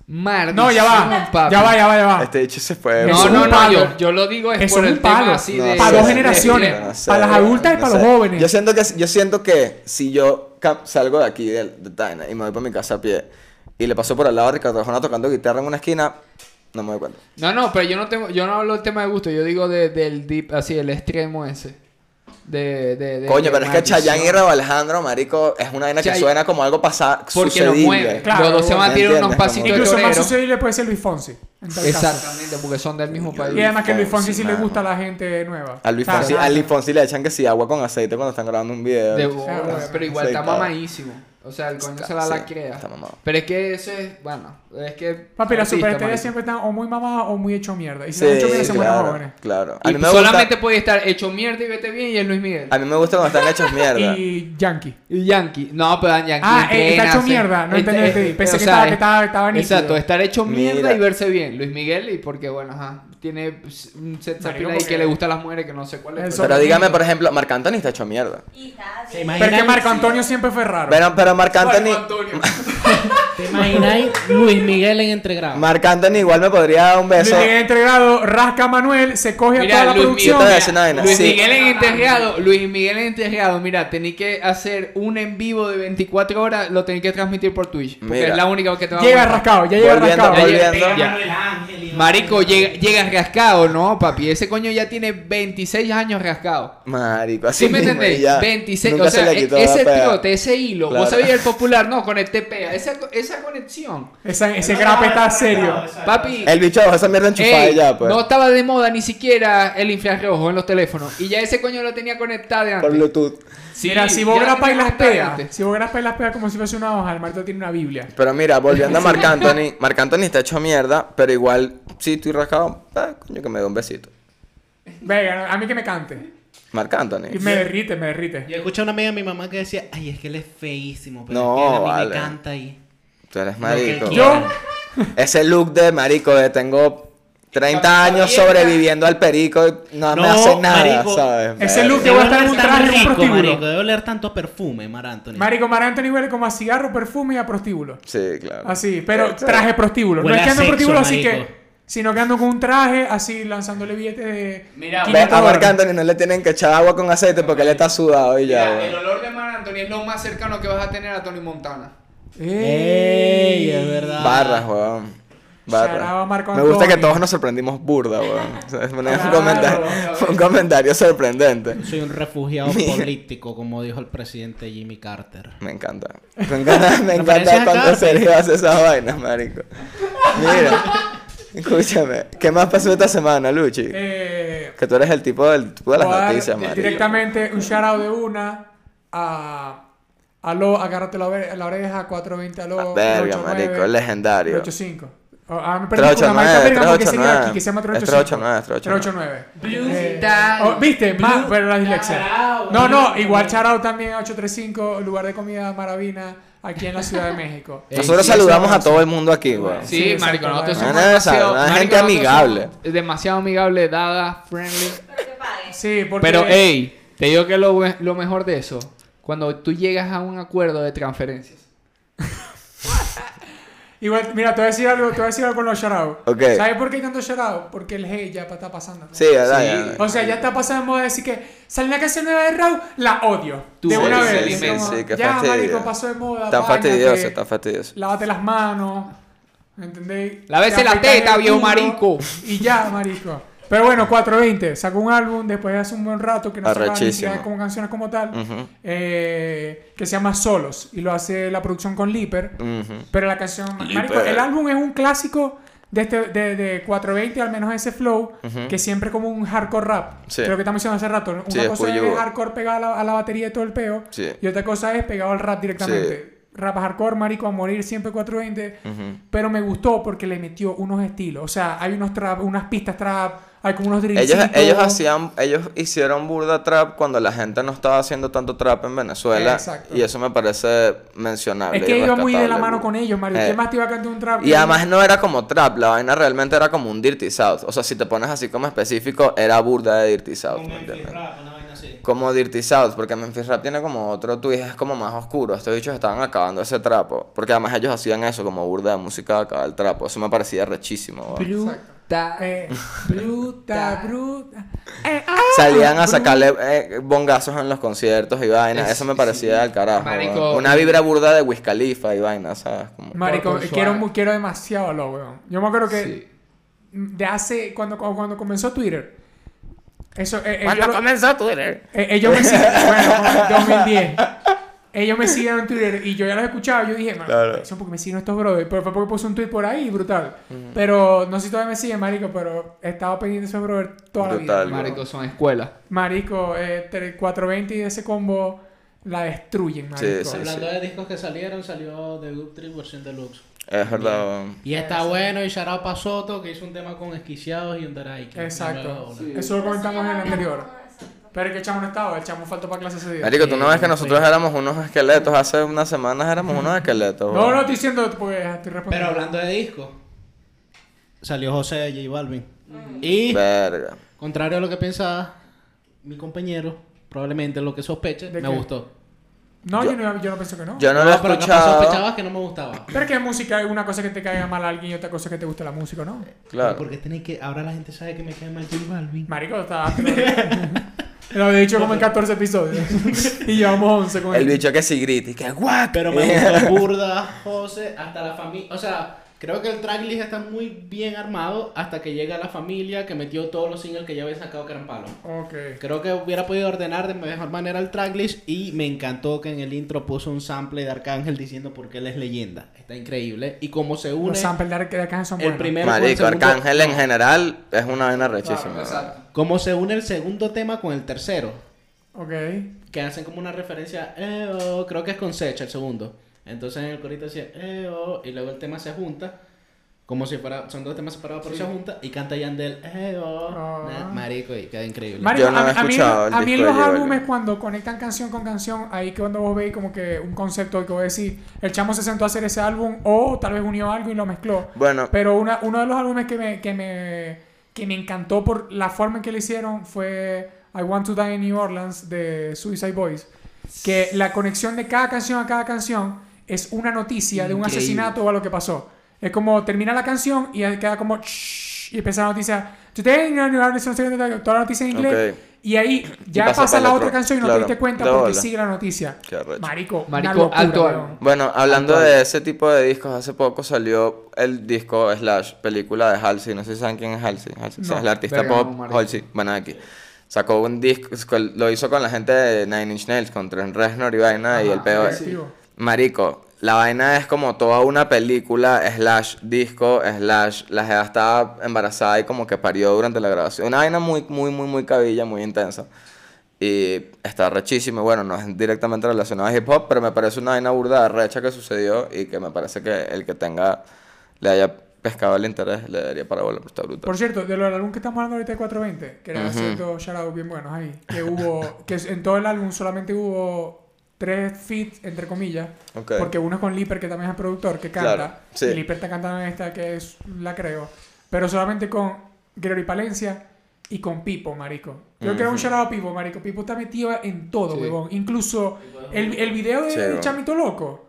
[SPEAKER 5] Maldición,
[SPEAKER 1] No, ya va,
[SPEAKER 5] papi.
[SPEAKER 1] ya va, ya va, ya va.
[SPEAKER 2] Este dicho se fue.
[SPEAKER 1] Eso
[SPEAKER 5] No,
[SPEAKER 1] es
[SPEAKER 5] no,
[SPEAKER 1] un
[SPEAKER 5] no,
[SPEAKER 1] palo.
[SPEAKER 5] yo, yo lo digo es
[SPEAKER 1] Eso
[SPEAKER 5] por
[SPEAKER 1] es
[SPEAKER 5] el
[SPEAKER 1] un palo.
[SPEAKER 5] tema así
[SPEAKER 2] No
[SPEAKER 5] de...
[SPEAKER 1] Para
[SPEAKER 2] sé,
[SPEAKER 1] dos
[SPEAKER 2] no sé,
[SPEAKER 1] generaciones,
[SPEAKER 2] no sé,
[SPEAKER 1] para las
[SPEAKER 2] weón,
[SPEAKER 1] adultas y
[SPEAKER 2] no
[SPEAKER 1] para
[SPEAKER 2] sé.
[SPEAKER 1] los jóvenes.
[SPEAKER 2] Yo siento que, yo siento que si yo ca- salgo de aquí, de, de Taina, y me voy para mi casa a pie, y le paso por al lado a Ricardo Arjona tocando guitarra en una esquina, no me doy cuenta.
[SPEAKER 5] No, no, pero yo no tengo, yo no hablo del tema de gusto, yo digo de- del deep, así, el extremo ese. De, de, de-
[SPEAKER 2] Coño,
[SPEAKER 5] de
[SPEAKER 2] pero es que
[SPEAKER 5] maldición.
[SPEAKER 2] Chayanne y Rauw Alejandro, marico, es una vaina que
[SPEAKER 5] Chay-
[SPEAKER 2] suena como algo pasado,
[SPEAKER 5] Porque lo mueve.
[SPEAKER 1] Claro,
[SPEAKER 5] los dos se van a
[SPEAKER 2] ¿me
[SPEAKER 5] tirar unos
[SPEAKER 2] entiendes?
[SPEAKER 5] pasitos de
[SPEAKER 1] Incluso más
[SPEAKER 5] torero.
[SPEAKER 1] susceptible puede ser Luis Fonsi. en tal caso.
[SPEAKER 5] Exactamente, porque son del mismo país.
[SPEAKER 1] Y además que Luis
[SPEAKER 2] Fonsi,
[SPEAKER 1] Fonsi sí le
[SPEAKER 2] mano.
[SPEAKER 1] gusta a la gente nueva.
[SPEAKER 2] A Luis
[SPEAKER 1] O sea,
[SPEAKER 2] Fonsi, a Luis Fonsi le echan que sí, agua con aceite cuando están grabando un video.
[SPEAKER 5] De
[SPEAKER 2] Sí,
[SPEAKER 5] bolas,
[SPEAKER 1] bueno,
[SPEAKER 5] pero igual está
[SPEAKER 2] aceitado.
[SPEAKER 5] mamadísimo. O sea, el coño se la
[SPEAKER 2] sí,
[SPEAKER 5] la crea.
[SPEAKER 2] está mamado.
[SPEAKER 5] Pero es que eso es, bueno, es que.
[SPEAKER 1] Papi, las
[SPEAKER 5] artista,
[SPEAKER 1] superestrellas
[SPEAKER 5] marico.
[SPEAKER 1] siempre están o muy mamadas o muy hecho mierda. Y si
[SPEAKER 2] Sí,
[SPEAKER 1] no hecho mierda se mueren
[SPEAKER 2] claro,
[SPEAKER 1] jóvenes.
[SPEAKER 2] claro. A
[SPEAKER 5] Y
[SPEAKER 2] mí, me
[SPEAKER 5] solamente
[SPEAKER 2] gusta,
[SPEAKER 5] puede estar hecho mierda y vete bien y es Luis Miguel.
[SPEAKER 2] a mí me gusta cuando están hechos mierda.
[SPEAKER 1] Y Yankee.
[SPEAKER 5] Y Yankee. No, pero Yankee.
[SPEAKER 1] Ah, eh, está
[SPEAKER 5] entrena,
[SPEAKER 1] hecho
[SPEAKER 5] hace-
[SPEAKER 1] mierda, no
[SPEAKER 5] eh,
[SPEAKER 1] entendí,
[SPEAKER 5] eh,
[SPEAKER 1] entendí. Pensé
[SPEAKER 5] o
[SPEAKER 1] que
[SPEAKER 5] sea,
[SPEAKER 1] estaba- que
[SPEAKER 5] es-
[SPEAKER 1] estaba- estaba nítido.
[SPEAKER 5] Exacto, estar hecho mierda
[SPEAKER 2] Mira.
[SPEAKER 5] y verse bien. Miguel. Luis Miguel y porque, bueno, ajá, tiene pues, un set
[SPEAKER 1] Marico,
[SPEAKER 5] appeal ahí
[SPEAKER 1] porque-
[SPEAKER 5] que le gusta a las mujeres que no sé cuál es.
[SPEAKER 1] Eso.
[SPEAKER 2] Pero dígame, por ejemplo, Marc Anthony está hecho mierda.
[SPEAKER 4] Y está
[SPEAKER 3] Se
[SPEAKER 4] bien.
[SPEAKER 3] imagina-
[SPEAKER 1] Pero es que Marco Antonio siempre fue raro.
[SPEAKER 2] Pero, pero Marc
[SPEAKER 5] pero- Marco
[SPEAKER 2] Anthony.
[SPEAKER 5] Antonio.
[SPEAKER 3] ¿Te imagináis Luis Miguel en entregrado?
[SPEAKER 2] Marc Anthony igual me podría dar un
[SPEAKER 1] Luis
[SPEAKER 2] beso.
[SPEAKER 1] Miguel entregado, rasca a Manuel, se coge a toda
[SPEAKER 5] Mira,
[SPEAKER 1] la
[SPEAKER 5] Luis
[SPEAKER 1] producción.
[SPEAKER 2] Yo te voy a decir una vaina.
[SPEAKER 5] Luis
[SPEAKER 2] Sí.
[SPEAKER 5] Miguel en enterreado, Luis Miguel en enterreado, mira, tenéis que hacer un en vivo de 24 horas, lo tenéis que transmitir por Twitch, porque
[SPEAKER 2] Mira.
[SPEAKER 5] es la única que te va a
[SPEAKER 1] Llega
[SPEAKER 5] aguantar.
[SPEAKER 1] rascado, ya llega
[SPEAKER 2] Volviendo,
[SPEAKER 1] rascado.
[SPEAKER 5] Ya,
[SPEAKER 2] volviendo.
[SPEAKER 5] ya, ya. Marico, llega, llega rascado, no, papi, ese coño ya tiene 26 años rascado.
[SPEAKER 2] Marico, así
[SPEAKER 5] ¿Sí me
[SPEAKER 2] mismo,
[SPEAKER 5] entendéis?
[SPEAKER 2] y ya.
[SPEAKER 5] 26,
[SPEAKER 2] Nunca
[SPEAKER 5] o
[SPEAKER 2] se
[SPEAKER 5] sea,
[SPEAKER 2] le quitó
[SPEAKER 5] e-
[SPEAKER 2] la
[SPEAKER 5] ese
[SPEAKER 2] pea.
[SPEAKER 5] trote, ese hilo,
[SPEAKER 2] Claro.
[SPEAKER 5] vos sabías el popular, no, conecté pea, esa, co- esa conexión.
[SPEAKER 1] Esa- ese grape está serio.
[SPEAKER 5] Papi,
[SPEAKER 2] El bicho bajó esa mierda enchufada
[SPEAKER 5] Ey,
[SPEAKER 2] y ya, pues.
[SPEAKER 5] No estaba de moda ni siquiera el infrarrojo en los teléfonos. Y ya ese coño lo tenía conectado de antes.
[SPEAKER 2] por Bluetooth.
[SPEAKER 5] Sí,
[SPEAKER 1] Mira, si
[SPEAKER 5] ya
[SPEAKER 1] vos
[SPEAKER 5] lo
[SPEAKER 1] grapas y
[SPEAKER 5] tenía
[SPEAKER 1] las
[SPEAKER 5] conectado de
[SPEAKER 1] pegas,
[SPEAKER 5] antes.
[SPEAKER 1] si vos grapas y las pegas como si fuese una hoja, el Marto tiene una Biblia.
[SPEAKER 2] Pero mira, volviendo a Marc Anthony, Marc Anthony está hecho mierda, pero igual, sí, estoy rascado, ah, coño, que me dé un besito.
[SPEAKER 1] Venga, a mí que me cante.
[SPEAKER 2] Marc
[SPEAKER 1] Y
[SPEAKER 2] Anthony.
[SPEAKER 1] me derrite, me derrite.
[SPEAKER 3] Yo escuché a una amiga de mi mamá que decía, ay, es que él es feísimo, pero
[SPEAKER 2] No,
[SPEAKER 3] es que él a mí
[SPEAKER 2] vale.
[SPEAKER 3] me canta ahí.
[SPEAKER 2] Tú eres
[SPEAKER 3] Lo
[SPEAKER 2] marico.
[SPEAKER 3] que
[SPEAKER 1] Yo,
[SPEAKER 2] Ese look de marico de tengo 30
[SPEAKER 5] Cuando
[SPEAKER 2] años
[SPEAKER 5] está vieja.
[SPEAKER 2] sobreviviendo al perico y no, me
[SPEAKER 3] No,
[SPEAKER 2] hace nada,
[SPEAKER 3] marico.
[SPEAKER 2] ¿sabes?
[SPEAKER 1] Ese look-
[SPEAKER 2] Verga.
[SPEAKER 1] Yo voy a estar en un
[SPEAKER 3] Debe oler tan
[SPEAKER 1] traje, un
[SPEAKER 3] rico,
[SPEAKER 1] prostíbulo.
[SPEAKER 3] marico. Debe oler tanto perfume, Mar Anthony.
[SPEAKER 1] Marico Mar Anthony huele como a cigarro, perfume y a prostíbulo.
[SPEAKER 2] Sí, claro.
[SPEAKER 1] Así, pero traje prostíbulo. No
[SPEAKER 3] Huele
[SPEAKER 1] es que
[SPEAKER 3] a
[SPEAKER 1] ando en
[SPEAKER 3] sexo,
[SPEAKER 1] prostíbulo, así
[SPEAKER 3] marico.
[SPEAKER 1] que. Sino que ando con un traje, así lanzándole billetes de.
[SPEAKER 5] Mira,
[SPEAKER 2] Ve,
[SPEAKER 1] 500
[SPEAKER 2] a Marc
[SPEAKER 1] dólares.
[SPEAKER 2] Anthony no le tienen que echar agua con aceite porque él está sudado y ya, pues.
[SPEAKER 5] Mira, el
[SPEAKER 2] güey.
[SPEAKER 5] olor de Mar Anthony es lo más cercano que vas a tener a Tony Montana.
[SPEAKER 1] Ey.
[SPEAKER 3] Ey, es verdad.
[SPEAKER 2] Barras, weón.
[SPEAKER 1] Shout out a
[SPEAKER 2] Barras.
[SPEAKER 1] Marco
[SPEAKER 2] Me gusta que
[SPEAKER 1] Antonio.
[SPEAKER 2] todos nos sorprendimos burda, weón. O sea, es un,
[SPEAKER 1] Claro.
[SPEAKER 2] comentario, un comentario sorprendente.
[SPEAKER 3] Soy un refugiado político, como dijo el presidente Jimmy Carter.
[SPEAKER 2] Me encanta. Me encanta, me
[SPEAKER 3] pareces
[SPEAKER 2] encanta
[SPEAKER 3] a
[SPEAKER 2] cuando
[SPEAKER 3] Carmen.
[SPEAKER 2] Sergio hace esas vainas, marico. Mira, escúchame. ¿Qué más pasó esta semana, Luchi?
[SPEAKER 1] Eh,
[SPEAKER 2] Que tú eres el tipo del tipo de las
[SPEAKER 1] voy a dar
[SPEAKER 2] noticias, marico.
[SPEAKER 1] eh, Directamente un shout out de una a. Aló, agárrate la, ore- la oreja, 420 aló.
[SPEAKER 2] Ah, Verga,
[SPEAKER 1] 889,
[SPEAKER 2] marico, legendario.
[SPEAKER 1] 385. Oh, Ah, me perdí con la marca
[SPEAKER 2] 389,
[SPEAKER 1] verga porque se queda
[SPEAKER 2] 389.
[SPEAKER 1] aquí, que se llama
[SPEAKER 2] Es
[SPEAKER 1] 389.
[SPEAKER 2] 389.
[SPEAKER 1] 389. Eh,
[SPEAKER 5] Brutal.
[SPEAKER 1] oh, ¿Viste? Ma-
[SPEAKER 5] Brutal.
[SPEAKER 1] pero la dislexia. No, no, igual Charao también a 835, lugar de comida maravina, aquí en la Ciudad de México.
[SPEAKER 5] Eh,
[SPEAKER 2] Nosotros
[SPEAKER 5] sí,
[SPEAKER 2] saludamos
[SPEAKER 1] eso
[SPEAKER 2] a
[SPEAKER 1] es
[SPEAKER 2] todo el mundo aquí, weón.
[SPEAKER 5] Sí,
[SPEAKER 1] Sí,
[SPEAKER 5] marico, nosotros
[SPEAKER 1] exacto.
[SPEAKER 5] somos
[SPEAKER 2] Una de esas,
[SPEAKER 5] demasiado...
[SPEAKER 2] una
[SPEAKER 5] marico,
[SPEAKER 2] gente
[SPEAKER 5] nosotros
[SPEAKER 2] amigable.
[SPEAKER 5] somos demasiado amigable, dada, friendly.
[SPEAKER 4] Pero que paguen.
[SPEAKER 1] Sí, porque.
[SPEAKER 5] Pero, hey, te digo que lo, bue- lo mejor de eso, cuando tú llegas a un acuerdo de transferencias.
[SPEAKER 1] Igual, mira, te voy a decir algo, te voy a decir algo con los shoutouts.
[SPEAKER 2] Ok.
[SPEAKER 1] ¿Sabes por qué hay tanto shoutout? Porque el hey ya pa- está pasando. ¿no?
[SPEAKER 2] Sí, ¿verdad? Ya.
[SPEAKER 1] O sea, ya está pasando de moda decir que sale una canción nueva de Raúl, la odio.
[SPEAKER 5] Tú,
[SPEAKER 1] de
[SPEAKER 5] sí,
[SPEAKER 1] una
[SPEAKER 5] sí,
[SPEAKER 1] vez.
[SPEAKER 5] sí,
[SPEAKER 1] como,
[SPEAKER 2] sí, qué
[SPEAKER 1] ya,
[SPEAKER 2] fastidio.
[SPEAKER 1] marico, pasó de moda.
[SPEAKER 2] Tan
[SPEAKER 1] bañate,
[SPEAKER 2] fastidioso, tan fastidioso.
[SPEAKER 1] Lávate las manos. ¿Entendéis?
[SPEAKER 5] Lávese
[SPEAKER 1] Te
[SPEAKER 5] la
[SPEAKER 1] afeitas
[SPEAKER 5] teta,
[SPEAKER 1] el
[SPEAKER 5] viejo
[SPEAKER 1] culo,
[SPEAKER 5] marico.
[SPEAKER 1] Y ya, marico. Pero bueno, 420. Sacó un álbum después de hace un buen rato que no sacaba ni
[SPEAKER 2] Arrechísimo.
[SPEAKER 1] siquiera con canciones como tal.
[SPEAKER 2] Ujú.
[SPEAKER 1] eh, que se llama Solos. Y lo hace la producción con Lipper.
[SPEAKER 2] Ujú.
[SPEAKER 1] Pero la canción, marico,
[SPEAKER 2] Lipper.
[SPEAKER 1] el álbum es un clásico de, este, de, de 420, al menos ese flow,
[SPEAKER 2] Ujú.
[SPEAKER 1] que siempre es como un hardcore rap.
[SPEAKER 2] Sí.
[SPEAKER 1] Creo que estamos diciendo hace rato. Una
[SPEAKER 2] Sí, es
[SPEAKER 1] cosa es
[SPEAKER 2] Puyo.
[SPEAKER 1] hardcore pegado a la, a la batería y todo el peo,
[SPEAKER 2] Sí.
[SPEAKER 1] y otra cosa es pegado al rap directamente. Rap hardcore, marico, a morir siempre 420.
[SPEAKER 2] Ujú.
[SPEAKER 1] Pero me gustó porque le metió unos estilos. O sea, hay unos trap, unas pistas trap, hay como unos drills.
[SPEAKER 2] Ellos, ellos hacían, ellos hicieron burda trap cuando la gente no estaba haciendo tanto trap en Venezuela.
[SPEAKER 1] Exacto.
[SPEAKER 2] Y eso me parece mencionable.
[SPEAKER 1] Es que
[SPEAKER 2] y
[SPEAKER 1] iba muy de la
[SPEAKER 2] rescatable,
[SPEAKER 1] mano
[SPEAKER 2] burda.
[SPEAKER 1] con ellos, marico.
[SPEAKER 2] Eh.
[SPEAKER 1] ¿Quién más te iba a cantar un trap?
[SPEAKER 2] Y además no era como trap, la vaina realmente era como un Dirty South. O sea, si te pones así como específico, era burda de Dirty South, ¿me entiendes? Como Dirty South, porque Memphis Rap tiene como otro twist, es como más oscuro. Estos bichos estaban acabando ese trapo. Porque además ellos hacían eso, como burda de música de acabar el trapo. Eso me parecía rechísimo. weón.
[SPEAKER 5] Brutal.
[SPEAKER 1] Eh, bruta, bruta. Eh, ah,
[SPEAKER 2] Salían a
[SPEAKER 1] bruta.
[SPEAKER 2] sacarle eh, bongazos en los conciertos y vainas.
[SPEAKER 5] Es-
[SPEAKER 2] Eso me parecía del carajo.
[SPEAKER 5] Marico,
[SPEAKER 2] weón. Una
[SPEAKER 5] y-
[SPEAKER 2] vibra burda de Wiz Khalifa y vainas, ¿sabes? Como-
[SPEAKER 1] Marico,
[SPEAKER 5] Torco
[SPEAKER 1] quiero,
[SPEAKER 5] Suave.
[SPEAKER 1] mu- quiero demasiado a Lobo, weón. Yo me acuerdo que
[SPEAKER 5] Sí.
[SPEAKER 1] de hace. Cuando, cuando comenzó Twitter. Eso. eh, eh,
[SPEAKER 2] Cuando
[SPEAKER 1] yo lo-
[SPEAKER 2] comenzó Twitter.
[SPEAKER 1] eh, ellos me siguieron. bueno, 2010. Ellos me siguieron en Twitter y yo ya los escuchaba. Yo dije,
[SPEAKER 2] Claro.
[SPEAKER 1] Eso porque me siguen estos brothers. Pero fue porque puse un tweet por ahí, brutal. Pero no sé si todavía me siguen, Marico, pero he estado pendiente de esos brothers toda la
[SPEAKER 2] Brutal,
[SPEAKER 1] vida.
[SPEAKER 5] Marico, son escuelas.
[SPEAKER 1] Marico, eh, tre- 420 y ese combo la destruyen, Marico.
[SPEAKER 2] Sí,
[SPEAKER 3] Hablando
[SPEAKER 2] sí.
[SPEAKER 3] de discos que salieron, salió The Good Trip versión deluxe.
[SPEAKER 2] Es verdad. weón.
[SPEAKER 3] Y está bueno, y Sharao Pasoto, que hizo un tema con Esquiciados y un Darai.
[SPEAKER 1] Exacto.
[SPEAKER 5] Sí.
[SPEAKER 1] Eso lo comentamos en el
[SPEAKER 4] Eso ya
[SPEAKER 1] anterior.
[SPEAKER 4] no, exacto.
[SPEAKER 1] Pero es que el chamo no estaba, el chamo faltó para clase ese día.
[SPEAKER 2] Marico, tú no
[SPEAKER 3] Eh,
[SPEAKER 2] ves que
[SPEAKER 3] no
[SPEAKER 2] nosotros
[SPEAKER 3] sé.
[SPEAKER 2] éramos unos esqueletos, hace unas semanas éramos unos esqueletos.
[SPEAKER 1] No,
[SPEAKER 2] weón.
[SPEAKER 1] no, estoy diciendo, pues, estoy respondiendo.
[SPEAKER 3] Pero hablando de discos, salió José de J Balvin.
[SPEAKER 1] Mm.
[SPEAKER 3] Y,
[SPEAKER 2] Verga.
[SPEAKER 3] contrario a lo que pensaba mi compañero, probablemente lo que sospeche,
[SPEAKER 1] ¿De
[SPEAKER 3] me
[SPEAKER 1] qué?
[SPEAKER 3] gustó. Ah,
[SPEAKER 1] No, yo, no, yo no pienso que no.
[SPEAKER 2] Yo no, lo he
[SPEAKER 3] pero capaz
[SPEAKER 2] escuchado.
[SPEAKER 3] sospechabas que no me gustaba.
[SPEAKER 1] Pero es que música es una cosa que te caiga mal a alguien y otra cosa que te guste la música, ¿no?
[SPEAKER 2] Claro.
[SPEAKER 3] Porque tiene que, ahora la gente sabe que me cae mal J Balvin.
[SPEAKER 1] Marico, está... Lo había dicho como en 14 episodios. y llevamos 11 con
[SPEAKER 2] El
[SPEAKER 1] él.
[SPEAKER 2] bicho que sí grita y que guac.
[SPEAKER 3] Pero me gustó Burda, José, hasta la familia. O sea, creo que el tracklist está muy bien armado hasta que llega la familia que metió todos los singles que ya había sacado que eran palos.
[SPEAKER 1] Ok.
[SPEAKER 3] Creo que hubiera podido ordenar de mejor manera el tracklist y me encantó que en el intro puso un sample de Arcángel diciendo por qué él es leyenda. Está increíble. Y cómo se une
[SPEAKER 1] Los samples de Arca- de Arcángel son
[SPEAKER 3] el
[SPEAKER 1] buenos.
[SPEAKER 3] primero con el
[SPEAKER 2] Marico,
[SPEAKER 3] segundo-
[SPEAKER 2] Arcángel en general es una vaina
[SPEAKER 5] Claro,
[SPEAKER 2] rechísima.
[SPEAKER 5] exacto.
[SPEAKER 3] Cómo se une el segundo tema con el tercero.
[SPEAKER 1] Ok.
[SPEAKER 3] Que hacen como una referencia, eh, oh, creo que es con Secha el segundo. Entonces en el corito decía, eh, oh, y luego el tema se junta. Como si fuera, son dos temas separados, pero se junta y canta Yandel, eh, oh,
[SPEAKER 1] Ah.
[SPEAKER 3] na- marico, y queda increíble.
[SPEAKER 1] Marico,
[SPEAKER 2] Yo
[SPEAKER 1] a,
[SPEAKER 2] no he
[SPEAKER 1] a mí,
[SPEAKER 2] escuchado el
[SPEAKER 1] a mí en
[SPEAKER 2] disco de
[SPEAKER 1] los
[SPEAKER 2] J Balvin.
[SPEAKER 1] álbumes cuando conectan canción con canción, ahí cuando vos veis como que un concepto que vos decís, el chamo se sentó a hacer ese álbum o tal vez unió algo y lo mezcló.
[SPEAKER 2] Bueno,
[SPEAKER 1] Pero una, uno de los álbumes que me, que, me, que me encantó por la forma en que lo hicieron fue I Want to Die in New Orleans de Suicide Boys. Que la conexión de cada canción a cada canción es una noticia de un
[SPEAKER 5] Increíble.
[SPEAKER 1] asesinato o a lo que pasó. Es como termina la canción y ahí queda como... shhh, y empieza la noticia. Today in New Orleans, no sé qué, toda la noticia en inglés.
[SPEAKER 2] Ok.
[SPEAKER 1] Y ahí ya
[SPEAKER 2] pasa
[SPEAKER 1] pasa,
[SPEAKER 2] para el
[SPEAKER 1] la
[SPEAKER 2] otro,
[SPEAKER 1] otra canción y no
[SPEAKER 2] claro,
[SPEAKER 1] te diste cuenta
[SPEAKER 2] de
[SPEAKER 1] porque
[SPEAKER 2] bola.
[SPEAKER 1] sigue la noticia.
[SPEAKER 2] Qué arrecho.
[SPEAKER 1] Marico, una
[SPEAKER 5] Marico,
[SPEAKER 1] locura,
[SPEAKER 5] alto
[SPEAKER 1] weón.
[SPEAKER 5] álbum.
[SPEAKER 2] bueno, hablando
[SPEAKER 5] Actual.
[SPEAKER 2] de ese tipo de discos, hace poco salió el disco slash película de Halsey. No sé si saben quién es Halsey. Halsey o sea,
[SPEAKER 1] No.
[SPEAKER 2] es la artista
[SPEAKER 5] Verga,
[SPEAKER 2] pop
[SPEAKER 5] no, marico.
[SPEAKER 2] Halsey. Bueno, aquí. Sacó un disco, lo hizo con la gente de Nine Inch Nails, con Trent Reznor y vaina y
[SPEAKER 5] Ajá,
[SPEAKER 2] el peo.
[SPEAKER 1] sí.
[SPEAKER 2] es- Marico, la vaina es como toda una película, slash disco, slash la jeva estaba embarazada y como que parió durante la grabación. Una vaina muy, muy, muy, muy cabilla, muy intensa. Y está rechísimo. Bueno, no es directamente relacionado a hip hop, pero me parece una vaina burda de recha que sucedió y que me parece que el que tenga, le haya pescado el interés, le daría parabola, pero está brutal.
[SPEAKER 1] Por cierto, de lo del álbum que estamos hablando ahorita de 420, que era cierto shoutouts bien buenos ahí, que hubo, que en todo el álbum solamente hubo tres feats, entre comillas,
[SPEAKER 2] Ok.
[SPEAKER 1] porque uno es con Lipper, que también es el productor, que canta,
[SPEAKER 2] Claro, sí.
[SPEAKER 1] y Lipper está cantando en esta, que es, la creo, pero solamente con Gregory Palencia y con Pipo, marico. Yo creo que era un shoutout a Pipo, marico. Pipo está metido en todo,
[SPEAKER 5] Sí.
[SPEAKER 1] huevón. Incluso el, el video de
[SPEAKER 2] Sí, huevón.
[SPEAKER 1] Chamito Loco,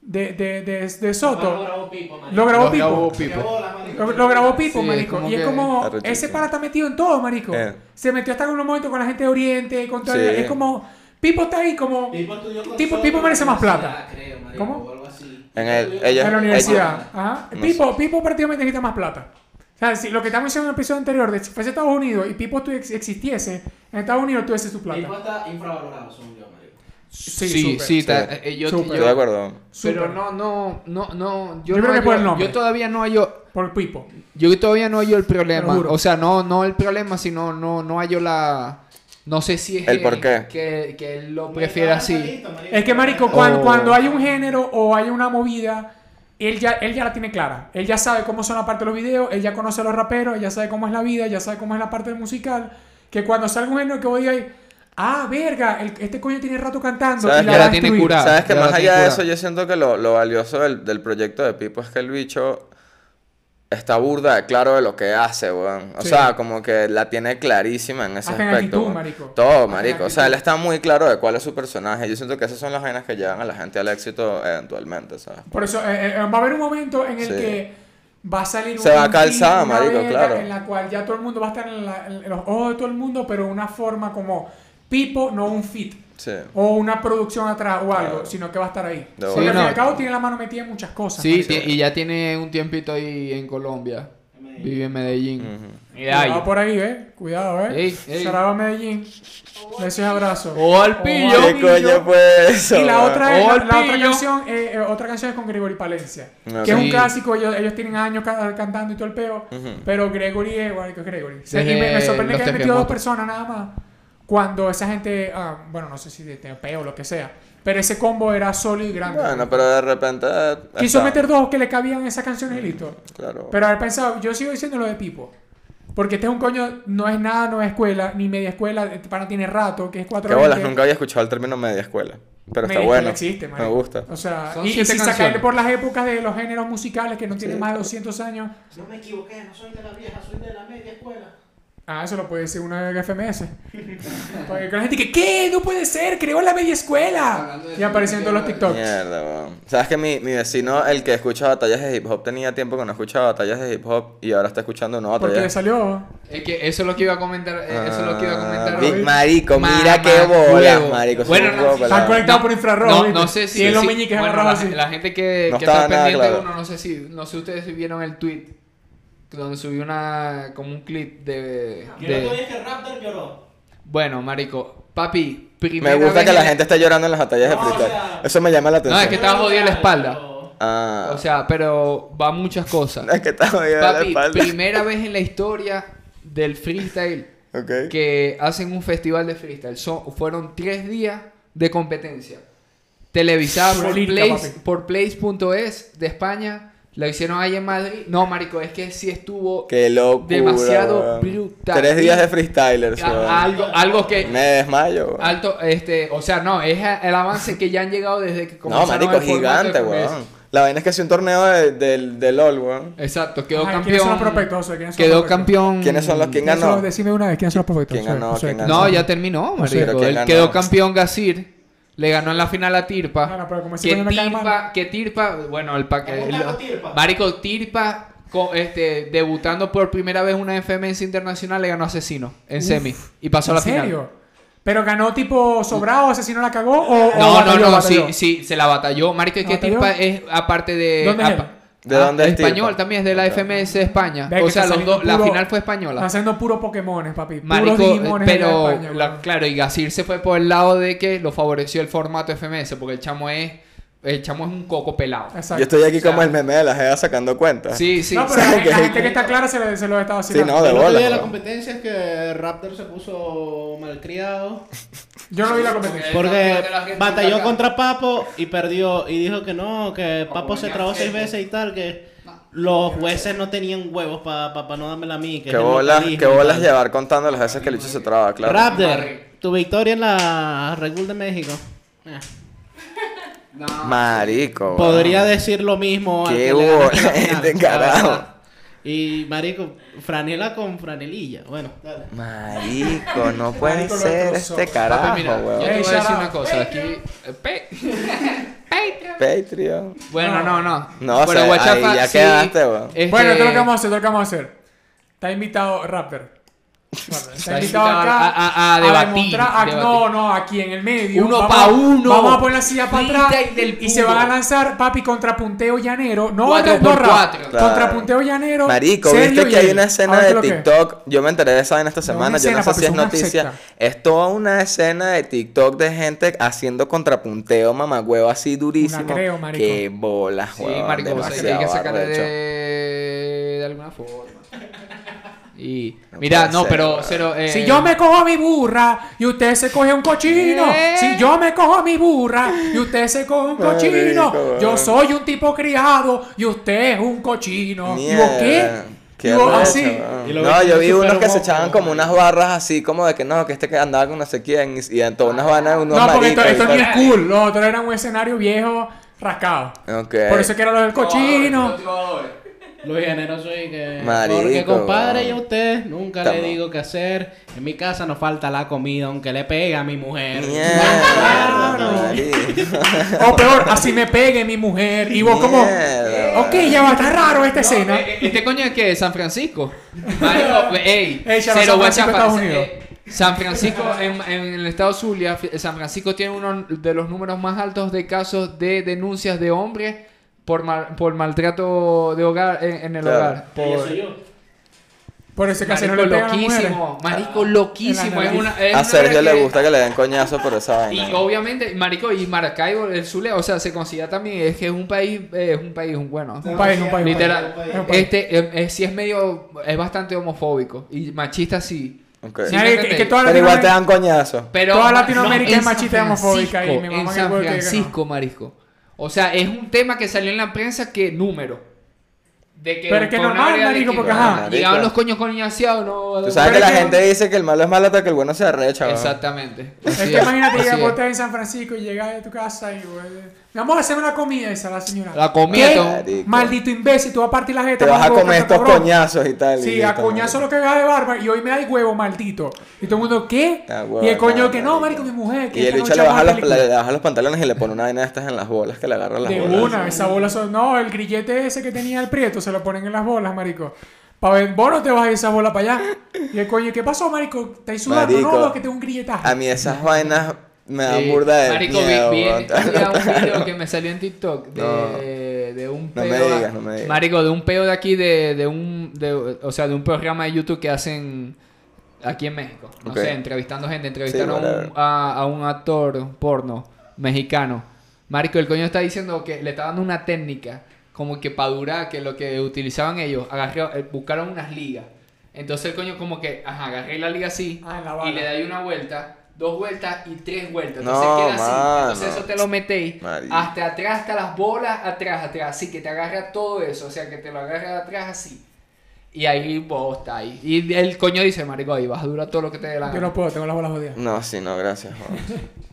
[SPEAKER 1] de, de, de, de
[SPEAKER 3] Lo
[SPEAKER 1] Soto,
[SPEAKER 3] grabó Pipo, marico.
[SPEAKER 1] lo grabó
[SPEAKER 5] Lo
[SPEAKER 1] Pipo.
[SPEAKER 5] grabó
[SPEAKER 3] Qué
[SPEAKER 5] Pipo.
[SPEAKER 3] bola, marico.
[SPEAKER 1] Lo, lo grabó Pipo,
[SPEAKER 5] Sí,
[SPEAKER 1] marico.
[SPEAKER 5] como
[SPEAKER 1] y es
[SPEAKER 5] que-
[SPEAKER 1] como.
[SPEAKER 2] Arrecho,
[SPEAKER 1] Ese
[SPEAKER 2] sí.
[SPEAKER 1] para está metido en todo, marico.
[SPEAKER 2] Eh.
[SPEAKER 1] Se metió hasta en unos momentos con la gente de Oriente. Con todo
[SPEAKER 2] Sí.
[SPEAKER 1] Es como. Pipo está ahí como.
[SPEAKER 3] Pipo estudió con
[SPEAKER 1] Tipo-
[SPEAKER 3] Soto
[SPEAKER 1] Pipo
[SPEAKER 3] en
[SPEAKER 1] merece
[SPEAKER 3] la
[SPEAKER 1] más plata.
[SPEAKER 3] universidad, creo, marico,
[SPEAKER 1] ¿Cómo?
[SPEAKER 3] o algo así.
[SPEAKER 2] En el-
[SPEAKER 3] Estudió
[SPEAKER 2] ella-
[SPEAKER 1] en la
[SPEAKER 2] ella-
[SPEAKER 1] universidad. Ajá.
[SPEAKER 2] No
[SPEAKER 1] Pipo, Pipo prácticamente necesita más plata. O sea, si lo que estamos diciendo en el episodio anterior, de si fuese Estados Unidos y Pipo tu- existiese, en Estados Unidos tuviese su
[SPEAKER 3] Pipo
[SPEAKER 1] plata.
[SPEAKER 3] está infravalorado, según yo, marico.
[SPEAKER 1] Sí,
[SPEAKER 5] sí,
[SPEAKER 1] súper.
[SPEAKER 5] sí, ta-
[SPEAKER 2] Sí.
[SPEAKER 5] eh, yo,
[SPEAKER 1] Súper.
[SPEAKER 2] Estoy
[SPEAKER 5] yo-
[SPEAKER 2] de acuerdo.
[SPEAKER 5] pero
[SPEAKER 1] Súper.
[SPEAKER 5] no, no, no, no,
[SPEAKER 1] Yo
[SPEAKER 5] yo,
[SPEAKER 1] creo
[SPEAKER 5] no
[SPEAKER 1] que
[SPEAKER 5] hallo-
[SPEAKER 1] por el nombre.
[SPEAKER 5] yo todavía no hallo,
[SPEAKER 1] Por Pipo.
[SPEAKER 5] yo todavía no hallo el
[SPEAKER 1] Te
[SPEAKER 5] problema,
[SPEAKER 1] lo juro.
[SPEAKER 5] o sea, no, no el problema, sino no, no hallo la, no sé si es
[SPEAKER 2] El
[SPEAKER 5] él,
[SPEAKER 2] por qué.
[SPEAKER 5] que, que él lo prefiera así,
[SPEAKER 1] Es que, marico,
[SPEAKER 5] Oh.
[SPEAKER 1] cuando, cuando hay un género o hay una movida, él ya, él ya la tiene clara. Él ya sabe cómo son la parte de los videos, él ya conoce a los raperos, él ya sabe cómo es la vida, ya sabe cómo es la parte del musical. Que cuando salga un género que voy a ir, ah, verga, el- este coño tiene rato cantando.
[SPEAKER 2] ¿Sabes
[SPEAKER 1] Y la
[SPEAKER 2] qué?
[SPEAKER 1] va a
[SPEAKER 2] Ya
[SPEAKER 5] tiene
[SPEAKER 1] destruir.
[SPEAKER 5] curada.
[SPEAKER 2] Sabes que
[SPEAKER 5] ya
[SPEAKER 2] más
[SPEAKER 5] la tiene
[SPEAKER 2] allá de eso,
[SPEAKER 5] curada.
[SPEAKER 2] yo siento que lo, lo valioso del, del proyecto de Pipo es que el bicho está burda de claro de lo que hace, weón. O
[SPEAKER 1] Sí.
[SPEAKER 2] sea, como que la tiene clarísima en ese
[SPEAKER 1] Hasta en
[SPEAKER 2] aspecto.
[SPEAKER 1] actitud,
[SPEAKER 2] weón.
[SPEAKER 1] marico. Hasta
[SPEAKER 2] Todo,
[SPEAKER 1] en
[SPEAKER 2] marico. O sea,
[SPEAKER 1] actitud.
[SPEAKER 2] él está muy claro de cuál es su personaje. Yo siento que esas son las vainas que llevan a la gente al éxito eventualmente, ¿sabes?
[SPEAKER 1] Por eso eh, eh, va a haber un momento en el
[SPEAKER 2] Sí.
[SPEAKER 1] que va a salir
[SPEAKER 2] Se
[SPEAKER 1] un-
[SPEAKER 2] va a calzar,
[SPEAKER 1] una
[SPEAKER 2] marico,
[SPEAKER 1] verga
[SPEAKER 2] claro.
[SPEAKER 1] En la cual ya todo el mundo va a estar en, la- en los ojos de todo el mundo, pero de una forma como Pipo, no un fit.
[SPEAKER 2] Sí.
[SPEAKER 1] o una producción atrás o algo,
[SPEAKER 2] Claro.
[SPEAKER 1] sino que va a estar ahí.
[SPEAKER 2] De
[SPEAKER 1] Porque al
[SPEAKER 5] bola.
[SPEAKER 1] fin y al
[SPEAKER 5] Sí,
[SPEAKER 1] cabo tiene la mano metida en muchas cosas.
[SPEAKER 5] sí,
[SPEAKER 1] marico.
[SPEAKER 5] tie- y ya tiene un tiempito ahí en Colombia, vive en
[SPEAKER 2] Mm.
[SPEAKER 5] Medellín, Y de ahí.
[SPEAKER 1] Cuidado por ahí, eh. Cuidado, eh.
[SPEAKER 5] Ey, ey.
[SPEAKER 1] Saraba Medellín. Besos y abrazos.
[SPEAKER 5] O al pillo.
[SPEAKER 1] al
[SPEAKER 2] ¿Qué coño pues, fue eso?
[SPEAKER 1] Y la
[SPEAKER 2] weón?
[SPEAKER 1] otra, es,
[SPEAKER 5] O
[SPEAKER 1] la,
[SPEAKER 5] al
[SPEAKER 1] la otra
[SPEAKER 5] pillo.
[SPEAKER 1] canción, eh, eh, otra canción es con Gregory Palencia,
[SPEAKER 2] Ah,
[SPEAKER 1] que es
[SPEAKER 5] sí.
[SPEAKER 1] un clásico, ellos, ellos tienen años ca- cantando y todo el peo, pero Gregory es igual que Gregory. O sea, y me, me
[SPEAKER 5] Desde
[SPEAKER 1] sorprende
[SPEAKER 5] los
[SPEAKER 1] que hayan metido dos
[SPEAKER 5] terremotos.
[SPEAKER 1] personas nada más, cuando esa gente, ah, bueno, no sé si de de peo o lo que sea, pero ese combo era sólido y grande.
[SPEAKER 2] Bueno, pero de repente. eh,
[SPEAKER 1] Quiso
[SPEAKER 2] está-
[SPEAKER 1] meter dos que le cabían esas canciones y listo.
[SPEAKER 2] Claro.
[SPEAKER 1] Pero haber pensado, yo sigo diciendo lo de Pipo. Porque este es un coño, no es nada, no es escuela, ni media escuela, este pana tiene rato, que es cuatro
[SPEAKER 2] Qué bolas,
[SPEAKER 1] veinte.
[SPEAKER 2] nunca había escuchado el término media escuela. Pero está
[SPEAKER 1] Mira,
[SPEAKER 2] bueno.
[SPEAKER 1] existe,
[SPEAKER 2] me
[SPEAKER 1] marico.
[SPEAKER 2] gusta.
[SPEAKER 1] O sea,
[SPEAKER 5] Son
[SPEAKER 1] y, y
[SPEAKER 5] siete
[SPEAKER 1] si sacarle
[SPEAKER 5] canciones.
[SPEAKER 1] por las épocas de los géneros musicales que no tienen más de 200 años,
[SPEAKER 3] No me equivoqué, no soy de la vieja, soy de la media escuela.
[SPEAKER 1] ah, eso lo puede decir una FMS. Porque con la gente que, ¿qué? No puede ser, creó la media escuela.
[SPEAKER 5] Hablando de
[SPEAKER 1] Y apareciendo los
[SPEAKER 5] música,
[SPEAKER 1] TikToks.
[SPEAKER 2] Mierda, weón. Sabes que mi, mi vecino, el que escucha batallas de hip hop, tenía tiempo que no escuchaba batallas de hip hop y ahora está escuchando una
[SPEAKER 1] Porque
[SPEAKER 2] batalla.
[SPEAKER 1] le salió.
[SPEAKER 5] Es que eso es lo que iba a comentar. eh, Eso es lo que iba a
[SPEAKER 2] Ah,
[SPEAKER 5] comentar.
[SPEAKER 2] Big
[SPEAKER 5] hoy.
[SPEAKER 2] Marico,
[SPEAKER 5] Mamá
[SPEAKER 2] mira qué bola,
[SPEAKER 5] huevo.
[SPEAKER 2] marico. soy
[SPEAKER 5] Bueno,
[SPEAKER 2] un
[SPEAKER 5] no,
[SPEAKER 2] huevo
[SPEAKER 5] sí,
[SPEAKER 2] pelado.
[SPEAKER 1] Están conectados por infrarrojo.
[SPEAKER 5] No,
[SPEAKER 1] ¿viste?
[SPEAKER 5] no sé si.
[SPEAKER 1] Y en los
[SPEAKER 5] sí,
[SPEAKER 1] meñiques
[SPEAKER 5] bueno,
[SPEAKER 1] agarrados
[SPEAKER 5] la,
[SPEAKER 1] así.
[SPEAKER 5] la gente que,
[SPEAKER 2] No
[SPEAKER 5] que
[SPEAKER 2] estaba
[SPEAKER 5] está
[SPEAKER 2] nada
[SPEAKER 5] pendiente
[SPEAKER 2] claro.
[SPEAKER 5] uno, no sé si, no sé ustedes si vieron el tweet donde subí una como un clip de, de-
[SPEAKER 3] que Raptor lloró.
[SPEAKER 5] bueno, marico, papi,
[SPEAKER 2] Me
[SPEAKER 5] primera
[SPEAKER 2] gusta
[SPEAKER 5] vez
[SPEAKER 2] que la
[SPEAKER 5] en-
[SPEAKER 2] gente está llorando en las batallas de
[SPEAKER 3] No,
[SPEAKER 2] freestyle.
[SPEAKER 3] o sea-
[SPEAKER 2] Eso me llama la
[SPEAKER 5] No,
[SPEAKER 2] atención.
[SPEAKER 5] es que estaba jodida la espalda.
[SPEAKER 2] Ah.
[SPEAKER 5] O sea, pero va a muchas cosas.
[SPEAKER 2] es que está jodida la
[SPEAKER 5] Papi,
[SPEAKER 2] espalda.
[SPEAKER 5] primera vez en la historia del freestyle
[SPEAKER 2] Ok.
[SPEAKER 5] que hacen un festival de freestyle. Son, fueron tres días de competencia. Televisada por
[SPEAKER 1] Solita,
[SPEAKER 5] Place,
[SPEAKER 1] papi.
[SPEAKER 5] por Place.es de España. La hicieron ahí en Madrid. No, marico, es que sí estuvo
[SPEAKER 2] Qué locura.
[SPEAKER 5] demasiado
[SPEAKER 2] weón.
[SPEAKER 5] brutal.
[SPEAKER 2] Tres días de
[SPEAKER 5] a-
[SPEAKER 2] freestylers, weón.
[SPEAKER 5] algo, algo que
[SPEAKER 2] Me desmayo, weón.
[SPEAKER 5] alto, este, o sea, no, es el avance que ya han llegado desde que
[SPEAKER 2] No,
[SPEAKER 5] comenzaron
[SPEAKER 2] marico,
[SPEAKER 5] el formato
[SPEAKER 2] gigante,
[SPEAKER 5] de congreso.
[SPEAKER 2] weón. La vaina es que hacía un torneo de, del- de LOL, weón.
[SPEAKER 5] Exacto, quedó
[SPEAKER 1] Ajá, ¿Quiénes son los
[SPEAKER 5] campeón.
[SPEAKER 1] prospectos? O sea, ¿quiénes son los
[SPEAKER 5] quedó
[SPEAKER 1] prospectos?
[SPEAKER 5] campeón.
[SPEAKER 2] ¿Quiénes son los que
[SPEAKER 1] ¿Quiénes son
[SPEAKER 2] ganó?
[SPEAKER 1] los- Decime una vez, ¿quiénes son los prospectos?
[SPEAKER 2] ¿Quién
[SPEAKER 1] O sea,
[SPEAKER 2] ganó?
[SPEAKER 1] o sea,
[SPEAKER 2] ¿Quién ganó?
[SPEAKER 5] No, ya terminó,
[SPEAKER 2] Sí, pero
[SPEAKER 5] marico.
[SPEAKER 2] ¿quién
[SPEAKER 5] Él
[SPEAKER 2] ganó?
[SPEAKER 5] quedó campeón Gasir. Le ganó en la final a Tirpa.
[SPEAKER 1] Bueno, pero como ese
[SPEAKER 5] que
[SPEAKER 1] coño no cae mal.
[SPEAKER 5] Tirpa, que Tirpa, bueno, el pa-
[SPEAKER 3] Es un
[SPEAKER 5] el-
[SPEAKER 3] lago Tirpa.
[SPEAKER 5] Marico Tirpa co- este, debutando por primera vez una FMS internacional le ganó a Asesino en semi y pasó a la
[SPEAKER 1] ¿En serio?
[SPEAKER 5] final.
[SPEAKER 1] ¿Pero ganó tipo sobrado, asesino Oh, la cagó? O, o
[SPEAKER 5] No,
[SPEAKER 1] batalló,
[SPEAKER 5] no, no,
[SPEAKER 1] batalló?
[SPEAKER 5] sí, sí, se la batalló. Marico, es que
[SPEAKER 1] ¿Batalló?
[SPEAKER 5] Tirpa es aparte de
[SPEAKER 1] ¿Dónde es
[SPEAKER 5] apa- Ah,
[SPEAKER 1] él?
[SPEAKER 2] ¿De dónde es Tirpa?
[SPEAKER 5] español también es de la
[SPEAKER 2] Ok.
[SPEAKER 5] FMS España.
[SPEAKER 1] Ve que
[SPEAKER 5] o sea,
[SPEAKER 1] está
[SPEAKER 5] los dos, la
[SPEAKER 1] saliendo puro- Ah,
[SPEAKER 5] final fue española.
[SPEAKER 1] Está haciendo puro Pokémones, papi. Puros
[SPEAKER 5] Marico,
[SPEAKER 1] Digimones de
[SPEAKER 5] pero
[SPEAKER 1] España,
[SPEAKER 5] la-
[SPEAKER 1] weón.
[SPEAKER 5] claro, y Gasir se fue por el lado de que lo favoreció el formato FMS, porque el chamo es el chamo es un coco pelado.
[SPEAKER 1] Exacto.
[SPEAKER 2] Yo estoy aquí
[SPEAKER 5] O sea-
[SPEAKER 2] como el meme de la jeva sacando cuentas.
[SPEAKER 5] Sí, sí.
[SPEAKER 1] no, pero
[SPEAKER 5] sí.
[SPEAKER 1] la,
[SPEAKER 2] ¿Sabes
[SPEAKER 1] la
[SPEAKER 2] qué?
[SPEAKER 1] gente que está clara se, le- se lo estaba
[SPEAKER 2] Sí,
[SPEAKER 1] vacilando.
[SPEAKER 2] no, de
[SPEAKER 3] el otro día
[SPEAKER 2] bola.
[SPEAKER 3] de la
[SPEAKER 2] weón.
[SPEAKER 3] competencia es que Raptor se puso malcriado
[SPEAKER 1] Yo no vi la competencia.
[SPEAKER 3] porque
[SPEAKER 5] campeón de la gente
[SPEAKER 3] batalló
[SPEAKER 5] acá.
[SPEAKER 3] contra Papo y perdió y dijo que no, que
[SPEAKER 5] No,
[SPEAKER 3] Papo
[SPEAKER 5] coño,
[SPEAKER 3] se trabó seis
[SPEAKER 5] gente.
[SPEAKER 3] veces y tal, que los jueces no tenían huevos para pa, pa no dármela a mí. Que
[SPEAKER 2] Qué
[SPEAKER 3] es el
[SPEAKER 2] bolas,
[SPEAKER 3] localismo
[SPEAKER 2] qué
[SPEAKER 3] y
[SPEAKER 2] bolas
[SPEAKER 3] tal.
[SPEAKER 2] llevar contando las veces que el bicho se traba, claro.
[SPEAKER 3] Raptor, tu victoria en la Red Bull de México. Eh,
[SPEAKER 5] No.
[SPEAKER 2] Marico. weón.
[SPEAKER 3] Podría decir lo mismo. al
[SPEAKER 2] Qué
[SPEAKER 3] que le ganaste
[SPEAKER 2] bola,
[SPEAKER 3] la final,
[SPEAKER 2] de
[SPEAKER 3] la
[SPEAKER 2] carajo.
[SPEAKER 3] verdad. Y marico, franela con franelilla. Bueno, dale.
[SPEAKER 2] Marico, no puede
[SPEAKER 1] Marico, lo
[SPEAKER 2] ser
[SPEAKER 1] destrozó.
[SPEAKER 2] este carajo,
[SPEAKER 5] Papi, mira, yo
[SPEAKER 2] weón.
[SPEAKER 5] te
[SPEAKER 1] Ey,
[SPEAKER 5] voy a decir
[SPEAKER 1] shout
[SPEAKER 5] una
[SPEAKER 1] out.
[SPEAKER 5] cosa. Aquí, eh, pe- Patreon.
[SPEAKER 2] Patreon.
[SPEAKER 5] Bueno, no, no.
[SPEAKER 2] No, o sea,
[SPEAKER 5] Guachafa,
[SPEAKER 2] ahí ya quedaste, weón.
[SPEAKER 5] este,
[SPEAKER 1] Bueno, esto es lo que vamos a hacer, esto es lo que vamos a hacer. Está invitado Raptor. Raptor, Está invitado acá
[SPEAKER 5] a- a- a debatir,
[SPEAKER 1] demostrar- ah,
[SPEAKER 5] debatir.
[SPEAKER 1] No, no, aquí en el medio.
[SPEAKER 5] Uno
[SPEAKER 1] Vamos-
[SPEAKER 5] pa' uno.
[SPEAKER 1] Vamos a poner la silla para atrás.
[SPEAKER 5] Freestyle del
[SPEAKER 1] Y se
[SPEAKER 5] puro.
[SPEAKER 1] van a lanzar, papi, contra Punteo Llanero. No,
[SPEAKER 5] Cuatro
[SPEAKER 1] no,
[SPEAKER 5] por
[SPEAKER 1] Rap.
[SPEAKER 5] cuatro.
[SPEAKER 1] Contra
[SPEAKER 2] Claro.
[SPEAKER 1] Punteo Llanero.
[SPEAKER 2] Marico,
[SPEAKER 1] Sergio
[SPEAKER 2] viste
[SPEAKER 1] y
[SPEAKER 2] que hay
[SPEAKER 1] él.
[SPEAKER 2] una
[SPEAKER 1] A
[SPEAKER 2] escena
[SPEAKER 1] ver
[SPEAKER 2] de
[SPEAKER 1] qué es lo que es.
[SPEAKER 2] TikTok. Yo me enteré de esa vaina esta
[SPEAKER 1] No, una
[SPEAKER 2] semana. Yo no
[SPEAKER 1] escena,
[SPEAKER 2] sé
[SPEAKER 1] papi,
[SPEAKER 2] si
[SPEAKER 1] es
[SPEAKER 2] es
[SPEAKER 1] una
[SPEAKER 2] noticia.
[SPEAKER 1] secta.
[SPEAKER 2] Es toda una escena de TikTok de gente haciendo contrapunteo mamagüeo así durísimo.
[SPEAKER 1] creo, marico.
[SPEAKER 2] Qué bolas,
[SPEAKER 5] Sí,
[SPEAKER 2] weón.
[SPEAKER 5] marico, o sea, que hay que
[SPEAKER 2] demasiado
[SPEAKER 5] sacarle
[SPEAKER 2] arrecho.
[SPEAKER 5] de... de alguna forma. Y
[SPEAKER 2] No
[SPEAKER 5] mira,
[SPEAKER 2] puede
[SPEAKER 5] no,
[SPEAKER 2] ser,
[SPEAKER 5] pero
[SPEAKER 2] weón.
[SPEAKER 5] cero. eh,
[SPEAKER 1] Si yo me cojo a mi burra y usted se coge a un cochino.
[SPEAKER 5] ¿Eh?
[SPEAKER 1] Si yo me cojo a mi burra y usted se coge a un cochino.
[SPEAKER 2] Marico, weón.
[SPEAKER 1] yo soy un tipo criado y usted es un cochino. ¿Y vos
[SPEAKER 2] Mierda.
[SPEAKER 1] qué?
[SPEAKER 2] Qué
[SPEAKER 1] y vos Ah,
[SPEAKER 2] arrecho,
[SPEAKER 1] así.
[SPEAKER 2] weón.
[SPEAKER 3] Y lo
[SPEAKER 2] No,
[SPEAKER 3] ves
[SPEAKER 2] yo
[SPEAKER 3] que
[SPEAKER 2] vi
[SPEAKER 3] es
[SPEAKER 2] unos
[SPEAKER 3] súper
[SPEAKER 2] que se
[SPEAKER 3] moco,
[SPEAKER 2] echaban como
[SPEAKER 3] marico.
[SPEAKER 2] unas barras así, como de que no, que este que andaba con no sé quién y, y en todas unas vainas unos
[SPEAKER 1] No, porque esto,
[SPEAKER 2] maricos y
[SPEAKER 1] esto no es
[SPEAKER 2] tal.
[SPEAKER 1] cool. Los otros eran un escenario viejo rascado.
[SPEAKER 2] Ok.
[SPEAKER 1] Por eso es que era lo del cochino.
[SPEAKER 3] Luis Generoso y que.
[SPEAKER 2] Marico,
[SPEAKER 3] porque compadre,
[SPEAKER 2] weón.
[SPEAKER 3] yo a usted nunca
[SPEAKER 2] Estamos.
[SPEAKER 3] le digo qué hacer. En mi casa no falta la comida, aunque le pega a mi mujer.
[SPEAKER 2] Mierda,
[SPEAKER 3] Claro.
[SPEAKER 2] marico.
[SPEAKER 1] O peor, así me pegue mi mujer. Y vos como.
[SPEAKER 2] Mierda,
[SPEAKER 1] Ok, ya va, está raro esta escena.
[SPEAKER 5] eh, eh, ¿Este coño es que de San Francisco? Marico, ey,
[SPEAKER 1] Ey, shout out
[SPEAKER 5] cero
[SPEAKER 1] San Francisco,
[SPEAKER 5] guachafa,
[SPEAKER 1] Estados
[SPEAKER 5] eh,
[SPEAKER 1] Unidos.
[SPEAKER 5] San Francisco, en, en el estado Zulia, fi- San Francisco tiene uno de los números más altos de casos de denuncias de hombres por, mal- por maltrato de hogar eh, en, en el
[SPEAKER 2] Claro.
[SPEAKER 5] hogar.
[SPEAKER 3] Y
[SPEAKER 5] Por,
[SPEAKER 3] eso yo.
[SPEAKER 1] Por eso es que así no
[SPEAKER 5] Marico,
[SPEAKER 1] le pegan a las mujeres. Ah,
[SPEAKER 5] loquísimo, marico, loquísimo.
[SPEAKER 1] En la
[SPEAKER 5] Es una, es
[SPEAKER 2] A
[SPEAKER 5] una
[SPEAKER 2] Sergio
[SPEAKER 5] realidad.
[SPEAKER 2] le gusta que le den coñazo por esa
[SPEAKER 5] Y
[SPEAKER 2] vaina.
[SPEAKER 5] obviamente, marico, y Maracaibo, el Zulia, o sea, se considera también, es que es un país, eh, es un país, un bueno.
[SPEAKER 1] Un país, un país. un
[SPEAKER 5] Literal,
[SPEAKER 1] país, un país.
[SPEAKER 5] Este, eh, eh, sí es medio, es bastante homofóbico y machista sí.
[SPEAKER 2] Ok.
[SPEAKER 5] Sí,
[SPEAKER 1] Marico,
[SPEAKER 5] me
[SPEAKER 1] es que
[SPEAKER 5] entendí.
[SPEAKER 1] toda
[SPEAKER 2] Pero igual te
[SPEAKER 1] Latinoamérica-
[SPEAKER 2] dan coñazo.
[SPEAKER 5] Pero
[SPEAKER 1] Toda Latinoamérica
[SPEAKER 5] en
[SPEAKER 1] es machista y
[SPEAKER 5] San
[SPEAKER 1] homofóbica, y mi
[SPEAKER 5] Francisco,
[SPEAKER 1] mamá
[SPEAKER 5] en
[SPEAKER 1] que
[SPEAKER 5] San
[SPEAKER 1] puede que diga que no.
[SPEAKER 5] Francisco, marisco. O sea, es un tema que salió en la prensa que número. de que
[SPEAKER 1] Pero es que
[SPEAKER 5] fue una
[SPEAKER 1] normal,
[SPEAKER 5] área de
[SPEAKER 1] marico,
[SPEAKER 5] que
[SPEAKER 1] porque ajá.
[SPEAKER 5] Llegaban los coños coñaseados, no.
[SPEAKER 2] Tú sabes
[SPEAKER 1] Pero
[SPEAKER 2] que la
[SPEAKER 1] es que-
[SPEAKER 2] gente dice que el malo es malo hasta que el bueno se arrecha. weón.
[SPEAKER 5] Exactamente.
[SPEAKER 1] Es
[SPEAKER 5] Así
[SPEAKER 1] que imagínate
[SPEAKER 5] así
[SPEAKER 1] que
[SPEAKER 5] es.
[SPEAKER 1] vos estás en San Francisco y llegas a tu casa y, güey, vamos a hacer una comida, esa la señora.
[SPEAKER 5] La comida,
[SPEAKER 1] ¿Qué?
[SPEAKER 2] marico.
[SPEAKER 1] Maldito imbécil, tú vas a partir la jeta.
[SPEAKER 2] Te vas a
[SPEAKER 1] marico,
[SPEAKER 2] comer
[SPEAKER 1] este
[SPEAKER 2] estos
[SPEAKER 1] cabrón.
[SPEAKER 2] coñazos y tal.
[SPEAKER 1] Sí,
[SPEAKER 2] y
[SPEAKER 1] a
[SPEAKER 2] listo,
[SPEAKER 1] coñazo lo
[SPEAKER 2] marico.
[SPEAKER 1] que haga de barba. Y hoy me da el huevo, maldito. Y todo el mundo, ¿qué?
[SPEAKER 2] Ah, huevo,
[SPEAKER 1] y el coño
[SPEAKER 2] no,
[SPEAKER 1] que no, marico, mi mujer. Que
[SPEAKER 2] Y el
[SPEAKER 1] esta
[SPEAKER 2] bicho
[SPEAKER 1] noche
[SPEAKER 2] le baja,
[SPEAKER 1] vamos a
[SPEAKER 2] los,
[SPEAKER 1] ver
[SPEAKER 2] le
[SPEAKER 1] película.
[SPEAKER 2] baja los pantalones y le pone una vaina de estas en las bolas que le agarran las
[SPEAKER 1] De
[SPEAKER 2] bolas.
[SPEAKER 1] una, esa bola son. No, el grillete ese que tenía el prieto se lo ponen en las bolas, marico. Para ver, vos no te vas a ir esa bola para allá. Y el coño, ¿qué pasó, marico? ¿Estáis sudando?
[SPEAKER 2] Marico.
[SPEAKER 1] no, que tengo un grilletaje.
[SPEAKER 2] A mí esas vainas me dan
[SPEAKER 5] Sí.
[SPEAKER 2] burda de
[SPEAKER 5] Marico, vi-
[SPEAKER 2] miedo,
[SPEAKER 5] vi, en-
[SPEAKER 2] weón.
[SPEAKER 5] había un video que me salió en TikTok de,
[SPEAKER 2] No.
[SPEAKER 5] de un
[SPEAKER 2] No
[SPEAKER 5] peo.
[SPEAKER 2] me
[SPEAKER 5] a-
[SPEAKER 2] digas, no me digas.
[SPEAKER 5] Marico, de un peo de aquí, de, de un. de- o sea, de un programa de YouTube que hacen aquí en México. No
[SPEAKER 2] Ok.
[SPEAKER 5] sé, entrevistando gente. Entrevistaron a,
[SPEAKER 2] whatever.
[SPEAKER 5] un, a- a un actor porno mexicano. Marico, el coño está diciendo que le está dando una técnica. Como que para durar, que lo que utilizaban ellos, agarró- eh, buscaron unas ligas. Entonces el coño como que, ajá, agarré la liga así
[SPEAKER 1] Ah, en la bala.
[SPEAKER 5] y le dais una vuelta, dos vueltas y tres vueltas.
[SPEAKER 2] No,
[SPEAKER 5] Entonces queda así.
[SPEAKER 2] mano.
[SPEAKER 5] Entonces eso te lo metéis
[SPEAKER 2] Marico.
[SPEAKER 5] hasta atrás, hasta las bolas, atrás, atrás. Así que te agarra todo eso. O sea, que te lo agarra atrás así. Y ahí vos está ahí. Y el coño dice, marico, ahí vas a durar todo lo que te dé la
[SPEAKER 1] Yo
[SPEAKER 5] gana.
[SPEAKER 1] no puedo, tengo las bolas jodidas.
[SPEAKER 2] No, sí, no, gracias. weón.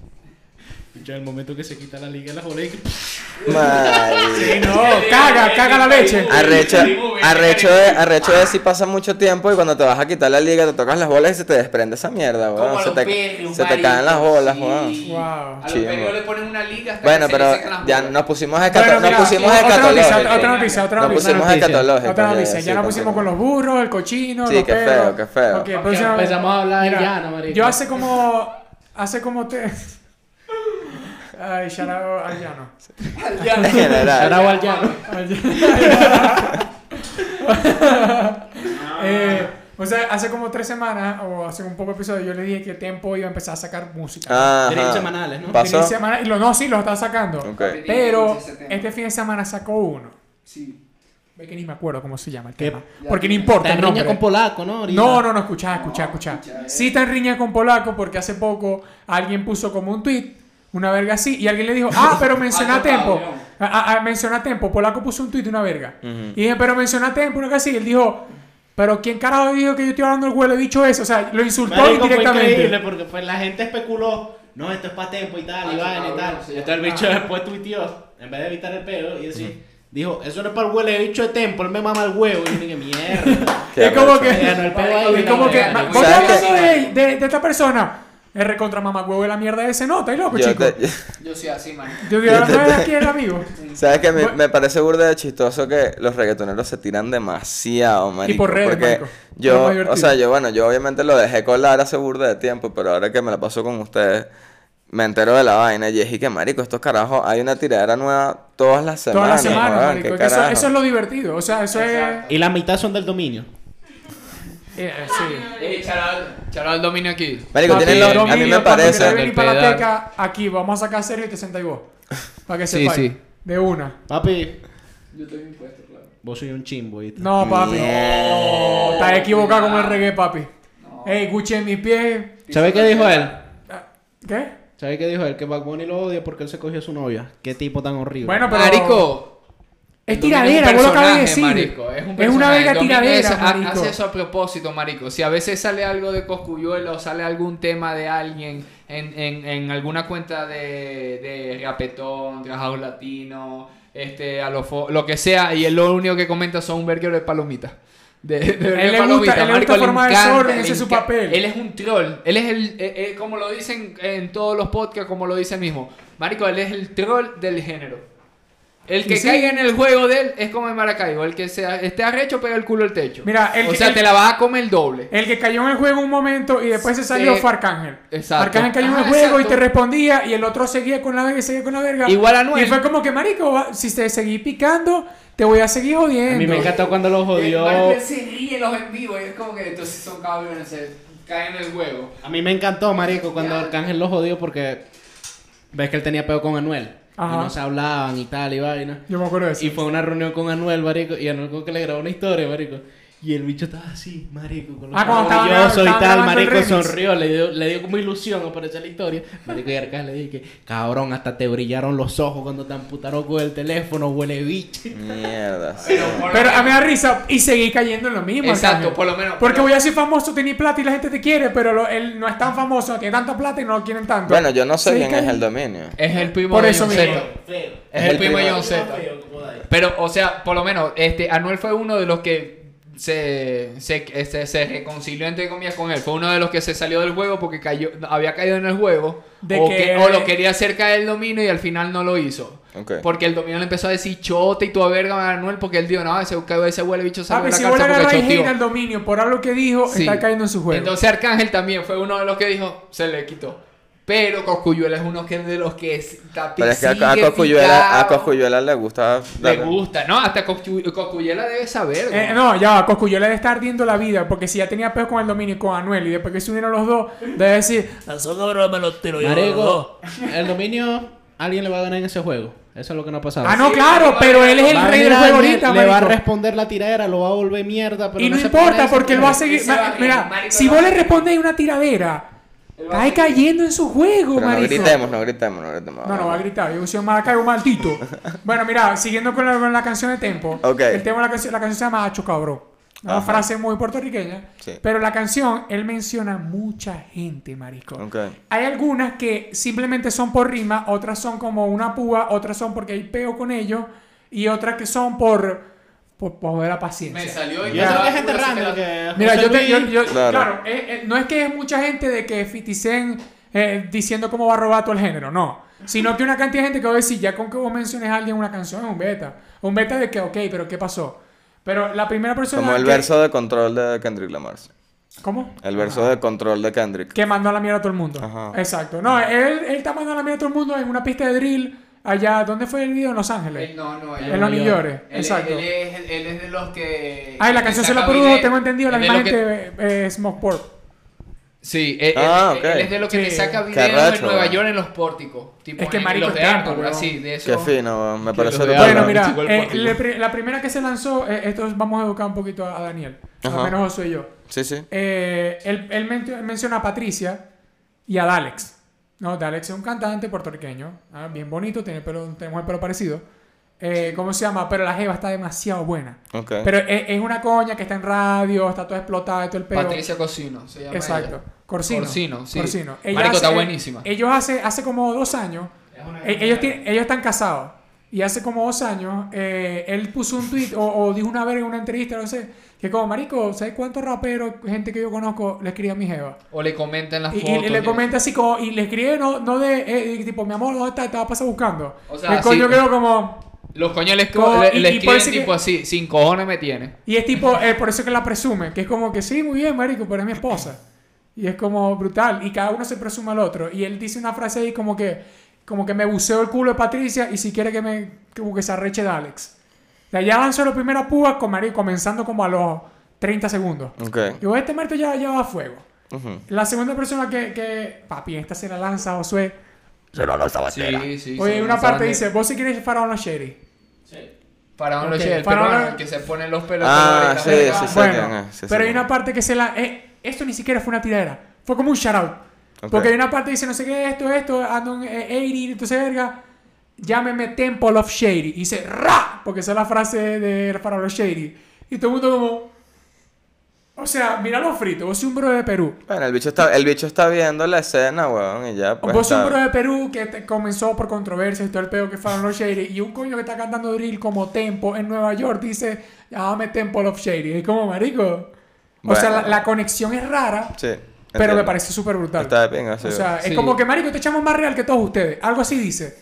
[SPEAKER 3] Ya el momento que se quita la liga de las bolas y que-
[SPEAKER 1] Sí,
[SPEAKER 2] Marico.
[SPEAKER 1] no, Oh, caga, caga la leche.
[SPEAKER 2] Arrecho, arrecho, de, arrecho de si pasa mucho tiempo y cuando te vas a quitar la liga te tocas las bolas y se te desprende esa mierda, weón.
[SPEAKER 5] Como a
[SPEAKER 2] se
[SPEAKER 5] los
[SPEAKER 2] te,
[SPEAKER 5] perros,
[SPEAKER 2] se te
[SPEAKER 5] marico,
[SPEAKER 2] caen las bolas,
[SPEAKER 5] sí.
[SPEAKER 2] weón.
[SPEAKER 1] Wow.
[SPEAKER 5] A los
[SPEAKER 2] Sí,
[SPEAKER 5] perros
[SPEAKER 2] amor.
[SPEAKER 5] le ponen una liga hasta
[SPEAKER 2] Bueno,
[SPEAKER 5] que
[SPEAKER 2] pero
[SPEAKER 5] se le secan las
[SPEAKER 2] ya
[SPEAKER 5] bolas.
[SPEAKER 2] nos pusimos, escato-
[SPEAKER 1] Bueno,
[SPEAKER 2] nos
[SPEAKER 1] mira,
[SPEAKER 2] pusimos
[SPEAKER 1] otra noticia,
[SPEAKER 2] escatológicos.
[SPEAKER 1] Otra noticia, otra
[SPEAKER 2] Nos
[SPEAKER 1] noticia.
[SPEAKER 2] pusimos
[SPEAKER 3] noticia.
[SPEAKER 2] escatológicos.
[SPEAKER 1] Otra noticia,
[SPEAKER 2] sí,
[SPEAKER 1] ya nos
[SPEAKER 2] nos
[SPEAKER 1] pusimos con los burros, el cochino,
[SPEAKER 2] Sí,
[SPEAKER 1] los
[SPEAKER 2] qué
[SPEAKER 1] perros.
[SPEAKER 2] feo, qué feo.
[SPEAKER 1] Ok,
[SPEAKER 2] Ya
[SPEAKER 1] próxima-
[SPEAKER 3] empezamos a hablar
[SPEAKER 1] Mira,
[SPEAKER 3] ya, no, marico.
[SPEAKER 1] Yo hace como... Hace como te... Ay, Sharao al llano.
[SPEAKER 5] Ya.
[SPEAKER 2] En general.
[SPEAKER 3] Ahora al llano.
[SPEAKER 1] Al llano. Eh, o sea, hace como tres semanas, o hace un poco de episodio, yo le dije que Tempo iba a empezar a sacar música.
[SPEAKER 2] Ajá.
[SPEAKER 3] Tienen semanales, ¿no?
[SPEAKER 1] Fin de
[SPEAKER 2] Ah, Pasó.
[SPEAKER 1] semana- y lo, no, sí, lo está sacando.
[SPEAKER 2] Ok.
[SPEAKER 1] Pero
[SPEAKER 5] Ese tema.
[SPEAKER 1] este fin de semana sacó uno.
[SPEAKER 5] Sí.
[SPEAKER 1] Ve que ni me acuerdo cómo se llama el
[SPEAKER 3] ¿Qué?
[SPEAKER 1] tema. Porque no importa el
[SPEAKER 3] Está en riña
[SPEAKER 1] nombre.
[SPEAKER 3] con polaco, ¿no? Ahorita.
[SPEAKER 1] No, no, no, escuchá, escuchá, escuchá. Sí está en riña con polaco porque hace poco alguien puso como un tweet, una verga así, y alguien le dijo, ah, pero menciona a
[SPEAKER 5] Alto
[SPEAKER 1] Tempo.
[SPEAKER 5] cabrón.
[SPEAKER 1] Ah, ah, menciona a Tempo. Polaco puso un tweet una verga.
[SPEAKER 2] Ujú.
[SPEAKER 1] Y dije, pero menciona a Tempo, una verga así. Y él dijo, pero ¿quién carajo dijo que yo estoy hablando el huele bicho ese? O sea, lo insultó
[SPEAKER 3] Marico, fue increíble
[SPEAKER 1] directamente.
[SPEAKER 3] porque pues, la gente especuló. No, esto es pa' tempo y tal,
[SPEAKER 5] Ah,
[SPEAKER 3] y vaina y
[SPEAKER 5] cabrón,
[SPEAKER 3] tal.
[SPEAKER 5] sí.
[SPEAKER 3] Y entonces el bicho después tuiteó, en vez de evitar el pedo, y decir, dijo, eso no es para el huele bicho de tempo, él me mama el huevo. Y yo dije, mierda.
[SPEAKER 2] Qué
[SPEAKER 1] Es como
[SPEAKER 2] arrecho.
[SPEAKER 1] que...
[SPEAKER 3] Ya, no, el pedo ahí,
[SPEAKER 1] Es como
[SPEAKER 3] la
[SPEAKER 1] que...
[SPEAKER 3] verga,
[SPEAKER 1] ma-
[SPEAKER 3] güey.
[SPEAKER 1] ¿Vos
[SPEAKER 2] ¿Sabes
[SPEAKER 1] estás
[SPEAKER 2] qué?
[SPEAKER 1] hablando de, de, de esta persona? R contra mamá huevo de la mierda ese. No, estás loco,
[SPEAKER 2] Yo
[SPEAKER 1] chico.
[SPEAKER 2] te-
[SPEAKER 5] Yo soy así, marico.
[SPEAKER 1] Yo digo, no es aquí el amigo.
[SPEAKER 2] ¿Sabes que me,
[SPEAKER 1] Bu-
[SPEAKER 2] me parece burda de chistoso que los reggaetoneros se tiran demasiado, marico?
[SPEAKER 1] por redes,
[SPEAKER 2] porque
[SPEAKER 1] marico. Es lo más
[SPEAKER 2] yo,
[SPEAKER 1] divertido.
[SPEAKER 2] o sea, yo, bueno, yo obviamente lo dejé colar hace burda de tiempo, pero ahora que me la paso con ustedes, me entero de la vaina y dije que, marico, estos carajos, hay una tiradera nueva todas las semanas.
[SPEAKER 1] Todas las semanas,
[SPEAKER 2] weón,
[SPEAKER 1] marico.
[SPEAKER 2] qué
[SPEAKER 1] que Eso,
[SPEAKER 2] carajo.
[SPEAKER 1] eso es lo divertido. O sea, eso
[SPEAKER 5] Exacto.
[SPEAKER 3] Y la mitad son del dominio.
[SPEAKER 1] es. eh, sí.
[SPEAKER 5] Ey, charado el dominio aquí.
[SPEAKER 2] Marico,
[SPEAKER 1] Papi,
[SPEAKER 2] tienen lo- a mí
[SPEAKER 1] dominio,
[SPEAKER 2] me
[SPEAKER 1] cuando quieras
[SPEAKER 2] parece...
[SPEAKER 1] venir para la
[SPEAKER 5] Pedal.
[SPEAKER 1] teca, aquí, vamos a sacar serio y te sentáis vos. Para que
[SPEAKER 5] Sí,
[SPEAKER 1] sepáis.
[SPEAKER 5] sí.
[SPEAKER 1] De una.
[SPEAKER 3] Papi,
[SPEAKER 5] Yo tengo impuesto, claro.
[SPEAKER 3] vos soy un chimbo, ¿viste?
[SPEAKER 1] No, papi. No, estás equivocado con el
[SPEAKER 5] No.
[SPEAKER 1] reggae, papi. Ey, Gucci en mis pies.
[SPEAKER 3] ¿Sabes qué dijo él?
[SPEAKER 1] Ah, ¿Qué?
[SPEAKER 3] ¿Sabes qué dijo él? Que Bad Bunny lo odia porque él se cogió a su novia. Qué tipo tan horrible.
[SPEAKER 1] Bueno, pero.
[SPEAKER 5] Marico.
[SPEAKER 1] Es
[SPEAKER 5] Dominio
[SPEAKER 1] tiradera,
[SPEAKER 5] un
[SPEAKER 1] vos lo acabas de
[SPEAKER 5] personaje,
[SPEAKER 1] decir.
[SPEAKER 5] marico, Es, un personaje.
[SPEAKER 1] una verga
[SPEAKER 5] Dominio
[SPEAKER 1] tiradera,
[SPEAKER 5] eso- ha-
[SPEAKER 1] marico.
[SPEAKER 5] Hace eso a propósito, marico. Si a veces sale algo de Coscuyuelo, sale algún tema de alguien en, en, en alguna cuenta de, de Rapetón, Trajado Latino, este, a lo, fo- lo que sea, y él lo único que comenta son un verguero de palomitas. De, de verguero
[SPEAKER 1] le
[SPEAKER 5] de
[SPEAKER 1] gusta-
[SPEAKER 5] palomitas,
[SPEAKER 1] él le
[SPEAKER 5] marico,
[SPEAKER 1] gusta formar
[SPEAKER 5] encanta,
[SPEAKER 1] desorden,
[SPEAKER 5] le
[SPEAKER 1] ese es su
[SPEAKER 5] encanta.
[SPEAKER 1] papel.
[SPEAKER 5] Él es un troll. Él es el, eh, eh, como lo dicen en todos los podcasts, como lo dice él mismo. Marico, él es el troll del género. El que
[SPEAKER 1] Sí.
[SPEAKER 5] caiga en el juego de él es como en Maracaibo. El que sea, esté arrecho, pega el culo al techo.
[SPEAKER 1] Mira, el
[SPEAKER 5] o
[SPEAKER 1] que-
[SPEAKER 5] sea,
[SPEAKER 1] el-
[SPEAKER 5] te la vas a comer el doble.
[SPEAKER 1] El que cayó en el juego un momento y después se salió
[SPEAKER 5] Sí.
[SPEAKER 1] fue Arcángel.
[SPEAKER 5] Exacto.
[SPEAKER 1] Arcángel cayó en el
[SPEAKER 5] Ajá,
[SPEAKER 1] juego y
[SPEAKER 5] exacto.
[SPEAKER 1] te respondía y el otro seguía con la verga y seguía con la verga.
[SPEAKER 5] Igual a Anuel.
[SPEAKER 1] Y fue como que, marico, va- si te seguí picando, te voy a seguir jodiendo.
[SPEAKER 3] a mí me encantó cuando lo jodió.
[SPEAKER 5] se ríe los en vivo. Y es como que entonces son cabrones. Se caen en el juego.
[SPEAKER 3] A mí me encantó, marico, cuando Arcángel lo jodió porque ves que él tenía pedo con Anuel.
[SPEAKER 1] Ajá.
[SPEAKER 3] Y no se hablaban y tal y vaina.
[SPEAKER 1] Yo me acuerdo de eso.
[SPEAKER 3] Y fue a una reunión con Anuel, marico, y Anuel como que le grabó una historia, marico. Y el bicho estaba así, marico, con los
[SPEAKER 1] Ah, cuando
[SPEAKER 3] ojos
[SPEAKER 1] estaban-
[SPEAKER 3] brillosos y
[SPEAKER 1] estaban
[SPEAKER 3] tal,
[SPEAKER 1] grabando el
[SPEAKER 3] marico
[SPEAKER 1] remix.
[SPEAKER 3] sonrió, le dio, le dio como ilusión aparecer la historia. Marico y Arcas le dije, cabrón, hasta te brillaron los ojos cuando te amputaron con el teléfono, huele bicho.
[SPEAKER 2] Mierda. sí.
[SPEAKER 1] Pero a mí me da risa y seguí cayendo en lo mismo.
[SPEAKER 5] Exacto,
[SPEAKER 1] Arcángel.
[SPEAKER 5] por lo menos.
[SPEAKER 1] Porque
[SPEAKER 5] pero-
[SPEAKER 1] voy a ser famoso, tenía plata y la gente te quiere, pero lo- él no es tan famoso, no tiene tanta plata y no lo quieren tanto.
[SPEAKER 2] Bueno, yo no sé
[SPEAKER 1] Seguí
[SPEAKER 2] quién es el
[SPEAKER 1] cayendo.
[SPEAKER 2] dominio.
[SPEAKER 5] Es el primo
[SPEAKER 1] Por
[SPEAKER 5] de
[SPEAKER 1] eso
[SPEAKER 5] John
[SPEAKER 1] mismo.
[SPEAKER 5] Zeta.
[SPEAKER 3] Feo.
[SPEAKER 5] Es el, primo de John Zeta.
[SPEAKER 3] Feo, como da.
[SPEAKER 5] Pero, o sea, por lo menos, este, Anuel fue uno de los que se, se, eh, se, se reconcilió, entre comillas, con él. Fue uno de los que se salió del juego porque cayó, había caído en el juego.
[SPEAKER 1] De
[SPEAKER 5] o,
[SPEAKER 1] que-
[SPEAKER 5] que- o lo quería hacer caer el dominio y al final no lo hizo.
[SPEAKER 2] Ok.
[SPEAKER 5] Porque el dominio le empezó a decir chote y tu a verga a Anuel porque él dijo, no, ese, ese huele bicho se
[SPEAKER 1] Papi, si vos le agarras higiene al dominio por algo que dijo, está cayendo en su juego.
[SPEAKER 5] Entonces Arcángel también fue uno de los que dijo, se le quitó. Pero Coscuyuela es uno que de los que está
[SPEAKER 2] Pero es que
[SPEAKER 5] sigue
[SPEAKER 2] a, a Cosculluela, a
[SPEAKER 5] picado.
[SPEAKER 2] Cosculluela le gusta.
[SPEAKER 5] Le
[SPEAKER 2] darle.
[SPEAKER 5] gusta, ¿no? Hasta Coscu- Coscuyela debe saber. güey.
[SPEAKER 1] Eh, no, ya va, Cosculluela debe estar ardiendo la vida, porque si ya tenía peor con el dominio y con Anuel, y después que se unieron los dos, debe decir,
[SPEAKER 4] Son cabrones me los tiro yo.
[SPEAKER 3] Marico, el dominio, alguien le va a ganar en ese juego. Eso es lo que no ha pasado.
[SPEAKER 1] ah, no,
[SPEAKER 5] sí,
[SPEAKER 1] claro,
[SPEAKER 5] va a
[SPEAKER 1] pero
[SPEAKER 5] venir-
[SPEAKER 1] él es
[SPEAKER 3] Va
[SPEAKER 1] el
[SPEAKER 3] a
[SPEAKER 1] rey
[SPEAKER 3] venir
[SPEAKER 1] del juego
[SPEAKER 3] alguien,
[SPEAKER 1] ahorita,
[SPEAKER 3] Le va a
[SPEAKER 1] marico.
[SPEAKER 3] responder la tiradera, lo va a volver mierda. Pero
[SPEAKER 1] Y no
[SPEAKER 3] se pone
[SPEAKER 1] importa,
[SPEAKER 3] eso,
[SPEAKER 1] porque él va a
[SPEAKER 3] pero-
[SPEAKER 1] seguir.
[SPEAKER 5] Ese va
[SPEAKER 1] ma-
[SPEAKER 5] a venir,
[SPEAKER 1] Mira,
[SPEAKER 5] marico,
[SPEAKER 1] si
[SPEAKER 5] va
[SPEAKER 1] vos
[SPEAKER 5] a
[SPEAKER 1] le
[SPEAKER 5] venir.
[SPEAKER 1] respondes una tiradera, estás cayendo en su juego,
[SPEAKER 2] Pero no
[SPEAKER 1] marico.
[SPEAKER 2] gritemos, no gritemos, no gritemos.
[SPEAKER 1] No, no, va a gritar. Yo soy mal caigo maldito. Bueno, mira, siguiendo con la, con la canción de Tempo.
[SPEAKER 2] Ok.
[SPEAKER 1] El tema de la canción, la canción se llama Acho Cabrón. Una
[SPEAKER 2] Ajá.
[SPEAKER 1] frase muy puertorriqueña.
[SPEAKER 2] Sí.
[SPEAKER 1] Pero la canción, él menciona mucha gente, marico.
[SPEAKER 2] Ok.
[SPEAKER 1] Hay algunas que simplemente son por rima, otras son como una púa, otras son porque hay peo con ellos, y otras que son por, por, por joder la paciencia.
[SPEAKER 5] Me salió
[SPEAKER 3] Yo
[SPEAKER 5] y
[SPEAKER 3] creo que
[SPEAKER 5] estaba-
[SPEAKER 3] es gente
[SPEAKER 5] pura
[SPEAKER 3] random.
[SPEAKER 5] sacar-
[SPEAKER 3] que
[SPEAKER 1] Mira,
[SPEAKER 3] José
[SPEAKER 1] yo te, yo,
[SPEAKER 3] Luis-
[SPEAKER 1] yo- claro,
[SPEAKER 2] Claro.
[SPEAKER 1] eh, eh, no es que es mucha gente de que 50 Cent, eh, diciendo cómo va a robar todo el género, no. Sino que una cantidad de gente que va a decir, ya con que vos menciones a alguien una canción, es un beta. Un beta de que, ok, pero ¿qué pasó? Pero la primera persona.
[SPEAKER 2] Como el
[SPEAKER 1] que-
[SPEAKER 2] verso de control de Kendrick Lamar.
[SPEAKER 1] ¿Cómo?
[SPEAKER 2] El verso de control de Kendrick.
[SPEAKER 1] Que mandó a la mierda a todo el mundo.
[SPEAKER 2] Ajá.
[SPEAKER 1] Exacto. No, él, él está mandando a la mierda a todo el mundo en una pista de drill allá. ¿Dónde fue el video? En Los Ángeles.
[SPEAKER 5] Él No, no, él-
[SPEAKER 3] En
[SPEAKER 1] en Los
[SPEAKER 3] Nueva
[SPEAKER 1] New
[SPEAKER 3] York.
[SPEAKER 1] York.
[SPEAKER 5] él-
[SPEAKER 1] Exacto.
[SPEAKER 5] Él, es, él es de los que.
[SPEAKER 1] Ah, y la canción se la
[SPEAKER 5] saca
[SPEAKER 1] produjo,
[SPEAKER 5] video.
[SPEAKER 1] tengo entendido, la
[SPEAKER 5] Él
[SPEAKER 1] misma
[SPEAKER 5] es de los que-
[SPEAKER 1] gente eh, Smokeport.
[SPEAKER 5] Sí, él,
[SPEAKER 2] Ah,
[SPEAKER 5] él-
[SPEAKER 2] ok.
[SPEAKER 5] él es de los que
[SPEAKER 1] Sí.
[SPEAKER 5] le saca
[SPEAKER 2] Qué
[SPEAKER 5] videos
[SPEAKER 2] arrecho,
[SPEAKER 5] en Nueva
[SPEAKER 2] weón.
[SPEAKER 5] York en los pórticos. Tipo,
[SPEAKER 1] Es que
[SPEAKER 5] en
[SPEAKER 1] marico
[SPEAKER 5] los de
[SPEAKER 1] es trampa,
[SPEAKER 5] Arthur,
[SPEAKER 1] weón.
[SPEAKER 5] así, de eso.
[SPEAKER 2] Qué fino, weón, me
[SPEAKER 5] Que
[SPEAKER 2] parece
[SPEAKER 5] lo
[SPEAKER 2] brutal.
[SPEAKER 5] vea.
[SPEAKER 1] Bueno,
[SPEAKER 5] Claro,
[SPEAKER 1] mira,
[SPEAKER 5] chico, el
[SPEAKER 1] eh,
[SPEAKER 5] pórtico.
[SPEAKER 1] le pri- la primera que se lanzó, eh, esto vamos a educar un poquito a, a Daniel,
[SPEAKER 2] Ajá.
[SPEAKER 1] al menos Josué y yo.
[SPEAKER 2] Sí, sí.
[SPEAKER 1] Eh, él, él men- menciona a Patricia y a Dalex. No, Dalex es un cantante puertorriqueño, ah, bien bonito, tiene pelo, tenemos el pelo parecido. Eh, ¿Cómo se llama? Pero la Jeva está demasiado buena.
[SPEAKER 2] Ok.
[SPEAKER 1] Pero es, es una coña que está en radio, está toda explotada, y todo el pelo.
[SPEAKER 5] Patricia Cocino se llama.
[SPEAKER 1] Exacto.
[SPEAKER 5] ella.
[SPEAKER 1] Corsino.
[SPEAKER 5] Corsino, sí.
[SPEAKER 1] Corsino.
[SPEAKER 5] Marico, está
[SPEAKER 1] hace-
[SPEAKER 5] buenísima.
[SPEAKER 1] Ellos hace, hace como dos años. eh, ellos, tienen- ellos están casados. Y hace como dos años, eh, él puso un tweet o, o dijo una vez en una entrevista, no sé, que como, marico, ¿sabes cuántos raperos, gente que yo conozco, le escribe a mi jeva?
[SPEAKER 5] O le comentan las
[SPEAKER 1] Y, y
[SPEAKER 5] fotos.
[SPEAKER 1] le
[SPEAKER 5] ¿no?
[SPEAKER 1] comenta así como, y le escribe, no, no de, eh, de tipo, mi amor, ¿dónde estás? Te vas a pasar buscando.
[SPEAKER 5] O sea,
[SPEAKER 1] el coño
[SPEAKER 5] sí.
[SPEAKER 1] quedó como,
[SPEAKER 5] Los coños le, escri-
[SPEAKER 1] Como-
[SPEAKER 5] le-
[SPEAKER 1] y-
[SPEAKER 5] le
[SPEAKER 1] y
[SPEAKER 5] escriben
[SPEAKER 1] parece que-
[SPEAKER 5] tipo así, sin cojones me tiene.
[SPEAKER 1] Y es tipo, eh, por eso que la presume, que es como que sí, muy bien, marico, pero es mi esposa. Y es como brutal, y cada uno se presume al otro. Y él dice una frase ahí como que, como que me buceo el culo de Patricia y si quiere que me, como que se arreche de Alex. De allá lanzó la primera púa con marico, comenzando como a los 30 segundos.
[SPEAKER 2] Ok.
[SPEAKER 1] Y vos, este muerto ya lleva fuego.
[SPEAKER 2] Ujú.
[SPEAKER 1] La segunda persona que, que papi, esta se la lanza, Josué.
[SPEAKER 5] Sí, sí.
[SPEAKER 1] Oye,
[SPEAKER 5] sí,
[SPEAKER 1] en una
[SPEAKER 5] saben
[SPEAKER 1] parte
[SPEAKER 5] de-
[SPEAKER 1] dice, vos si quieres Faraón Sherry.
[SPEAKER 5] Para un
[SPEAKER 1] Ok,
[SPEAKER 5] Rochelle, el
[SPEAKER 1] para
[SPEAKER 5] peruano,
[SPEAKER 1] una-
[SPEAKER 5] el que se pone los pelos.
[SPEAKER 2] Ah,
[SPEAKER 5] colores,
[SPEAKER 2] sí,
[SPEAKER 5] la verga.
[SPEAKER 2] sí, sí. quién
[SPEAKER 1] Bueno,
[SPEAKER 2] es, sí,
[SPEAKER 1] pero
[SPEAKER 2] sí.
[SPEAKER 1] hay una parte que se la... eh, esto ni siquiera fue una tiradera. Fue como un shout-out.
[SPEAKER 2] Ok.
[SPEAKER 1] Porque hay una parte que dice, no sé qué, esto, esto, ando en eh, 80, entonces, verga, llámeme Temple of Shady. Y dice, ra, porque esa es la frase de para los Shady. Y todo el mundo como... O sea, mira los fritos, vos sos un bro de Perú.
[SPEAKER 2] Bueno, el bicho está, el bicho está viendo la escena, weón, y ya pues.
[SPEAKER 1] vos sos
[SPEAKER 2] está-
[SPEAKER 1] un bro de Perú que te- comenzó por controversia y todo el pedo que fueron los Shady. Y un coño que está cantando drill como Tempo en Nueva York dice, llámame Temple of Shady. Es como, marico. O sea,
[SPEAKER 2] Bueno.
[SPEAKER 1] la, la conexión es rara.
[SPEAKER 2] Sí.
[SPEAKER 1] Pero me
[SPEAKER 2] entiendo.
[SPEAKER 1] parece súper brutal.
[SPEAKER 2] Está de pinga, sí.
[SPEAKER 1] o sea,
[SPEAKER 5] Sí.
[SPEAKER 1] es como que Marico te echamos más real que todos ustedes. Algo así dice.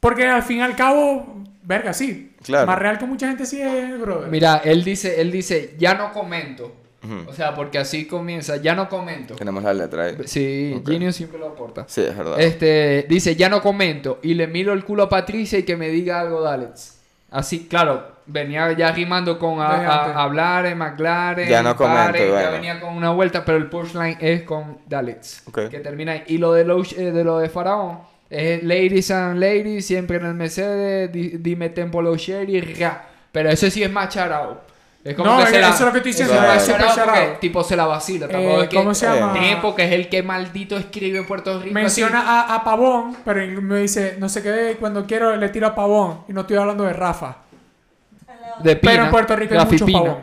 [SPEAKER 1] Porque al fin y al cabo, verga, sí.
[SPEAKER 2] Claro.
[SPEAKER 1] Más real que mucha gente sí es, brother.
[SPEAKER 5] Mira, él dice, él dice, ya no comento.
[SPEAKER 2] Ujú.
[SPEAKER 5] O sea, porque así comienza, ya no comento.
[SPEAKER 2] Tenemos la letra ahí.
[SPEAKER 5] Sí,
[SPEAKER 2] Ok.
[SPEAKER 5] Genius siempre lo aporta.
[SPEAKER 2] Sí, es verdad.
[SPEAKER 5] Este, dice, ya no comento. Y le miro el culo a Patricia y que me diga algo de Alex. Así, claro, venía ya rimando con a,
[SPEAKER 1] Venga,
[SPEAKER 5] a-
[SPEAKER 1] antes.
[SPEAKER 5] hablar en McLaren.
[SPEAKER 2] Ya no comento,
[SPEAKER 5] Pares, Ya
[SPEAKER 2] bueno.
[SPEAKER 5] venía con una vuelta, pero el punchline es con Dalex.
[SPEAKER 2] Ok.
[SPEAKER 5] Que termina ahí. Y lo de, lo, eh, de lo de Faraón es Ladies and Ladies, siempre en el Mercedes, di- dime Tempo Lo Sherry, ra. Pero ese sí es más charao. Es
[SPEAKER 1] No,
[SPEAKER 5] que
[SPEAKER 1] eh,
[SPEAKER 5] se la-
[SPEAKER 1] eso es lo que estoy diciendo,
[SPEAKER 5] es
[SPEAKER 2] no,
[SPEAKER 5] un
[SPEAKER 2] es
[SPEAKER 5] shout
[SPEAKER 1] super
[SPEAKER 5] out porque,
[SPEAKER 1] shout out.
[SPEAKER 5] tipo, se la vacila. Tampoco
[SPEAKER 1] Eh,
[SPEAKER 5] es que
[SPEAKER 1] ¿Cómo se llama?
[SPEAKER 5] Nepo, que es el que maldito escribe en Puerto Rico.
[SPEAKER 1] Menciona
[SPEAKER 5] así.
[SPEAKER 1] a, a Pavón, pero en- me dice, no sé qué, cuando quiero le tiro a Pavón. Y no estoy hablando de Rafa.
[SPEAKER 5] de
[SPEAKER 1] Pero
[SPEAKER 5] Pina,
[SPEAKER 1] en Puerto Rico hay
[SPEAKER 5] la
[SPEAKER 1] mucho
[SPEAKER 5] Fipina.
[SPEAKER 1] Pavón.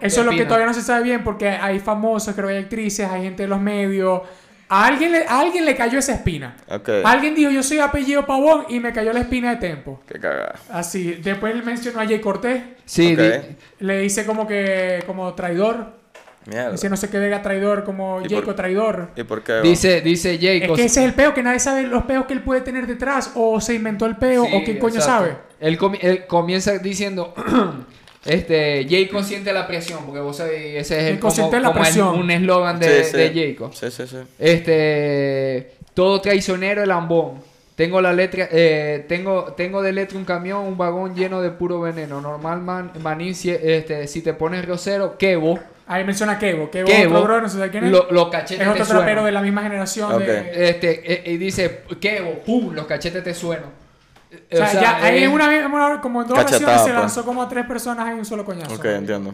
[SPEAKER 1] Eso es lo que
[SPEAKER 5] Pina.
[SPEAKER 1] todavía no se sabe bien porque hay famosos, creo que hay actrices, hay gente de los medios. A alguien le, a alguien le cayó esa espina.
[SPEAKER 2] Ok.
[SPEAKER 1] Alguien dijo, yo soy apellido Pavón y me cayó la espina de Tempo.
[SPEAKER 2] Qué cagada.
[SPEAKER 1] Así. Después él mencionó a Jay Cortés.
[SPEAKER 5] Sí,
[SPEAKER 2] Ok.
[SPEAKER 5] di-
[SPEAKER 1] Le dice como que, como traidor.
[SPEAKER 2] Mierda.
[SPEAKER 1] Dice no sé qué vega traidor, como
[SPEAKER 2] ¿Y por-
[SPEAKER 1] Jacob traidor.
[SPEAKER 2] ¿Y por qué?
[SPEAKER 5] dice, dice
[SPEAKER 1] Es
[SPEAKER 5] Jacob.
[SPEAKER 1] que ese es el peo, que nadie sabe los peos que él puede tener detrás, o se inventó el peo,
[SPEAKER 5] Sí,
[SPEAKER 1] o quién coño
[SPEAKER 5] exacto.
[SPEAKER 1] sabe.
[SPEAKER 5] Él, comi- él comienza diciendo, este, Jacob siente la presión, porque vos sabés, ese es el,
[SPEAKER 1] Jacob siente la
[SPEAKER 5] el-
[SPEAKER 1] presión.
[SPEAKER 5] un eslogan de, de Jacob.
[SPEAKER 2] Sí, sí, sí.
[SPEAKER 5] Este, todo traicionero, el ambón. Tengo la letra, eh, tengo, tengo de letra un camión, un vagón lleno de puro veneno. Normal man, manín, si, este, si te pones grosero, quebo,
[SPEAKER 1] Ahí menciona a Kevo, Kevo,
[SPEAKER 5] Kevo,
[SPEAKER 1] otro bro, no sé quién es.
[SPEAKER 5] lo- los
[SPEAKER 1] es
[SPEAKER 5] cachetes te
[SPEAKER 1] otro trapero
[SPEAKER 5] suenan.
[SPEAKER 1] de la misma generación.
[SPEAKER 2] Ok.
[SPEAKER 1] de-
[SPEAKER 5] Este, eh, y dice, quebo, pum, los cachetes te suenan. Eh,
[SPEAKER 1] o sea, ya ahí
[SPEAKER 5] es-
[SPEAKER 1] en una vez, en una- como en dos
[SPEAKER 2] eh, Cachetada,
[SPEAKER 1] ocasiones, se
[SPEAKER 2] pues.
[SPEAKER 1] lanzó como a tres personas en un solo coñazo.
[SPEAKER 2] Ok, entiendo.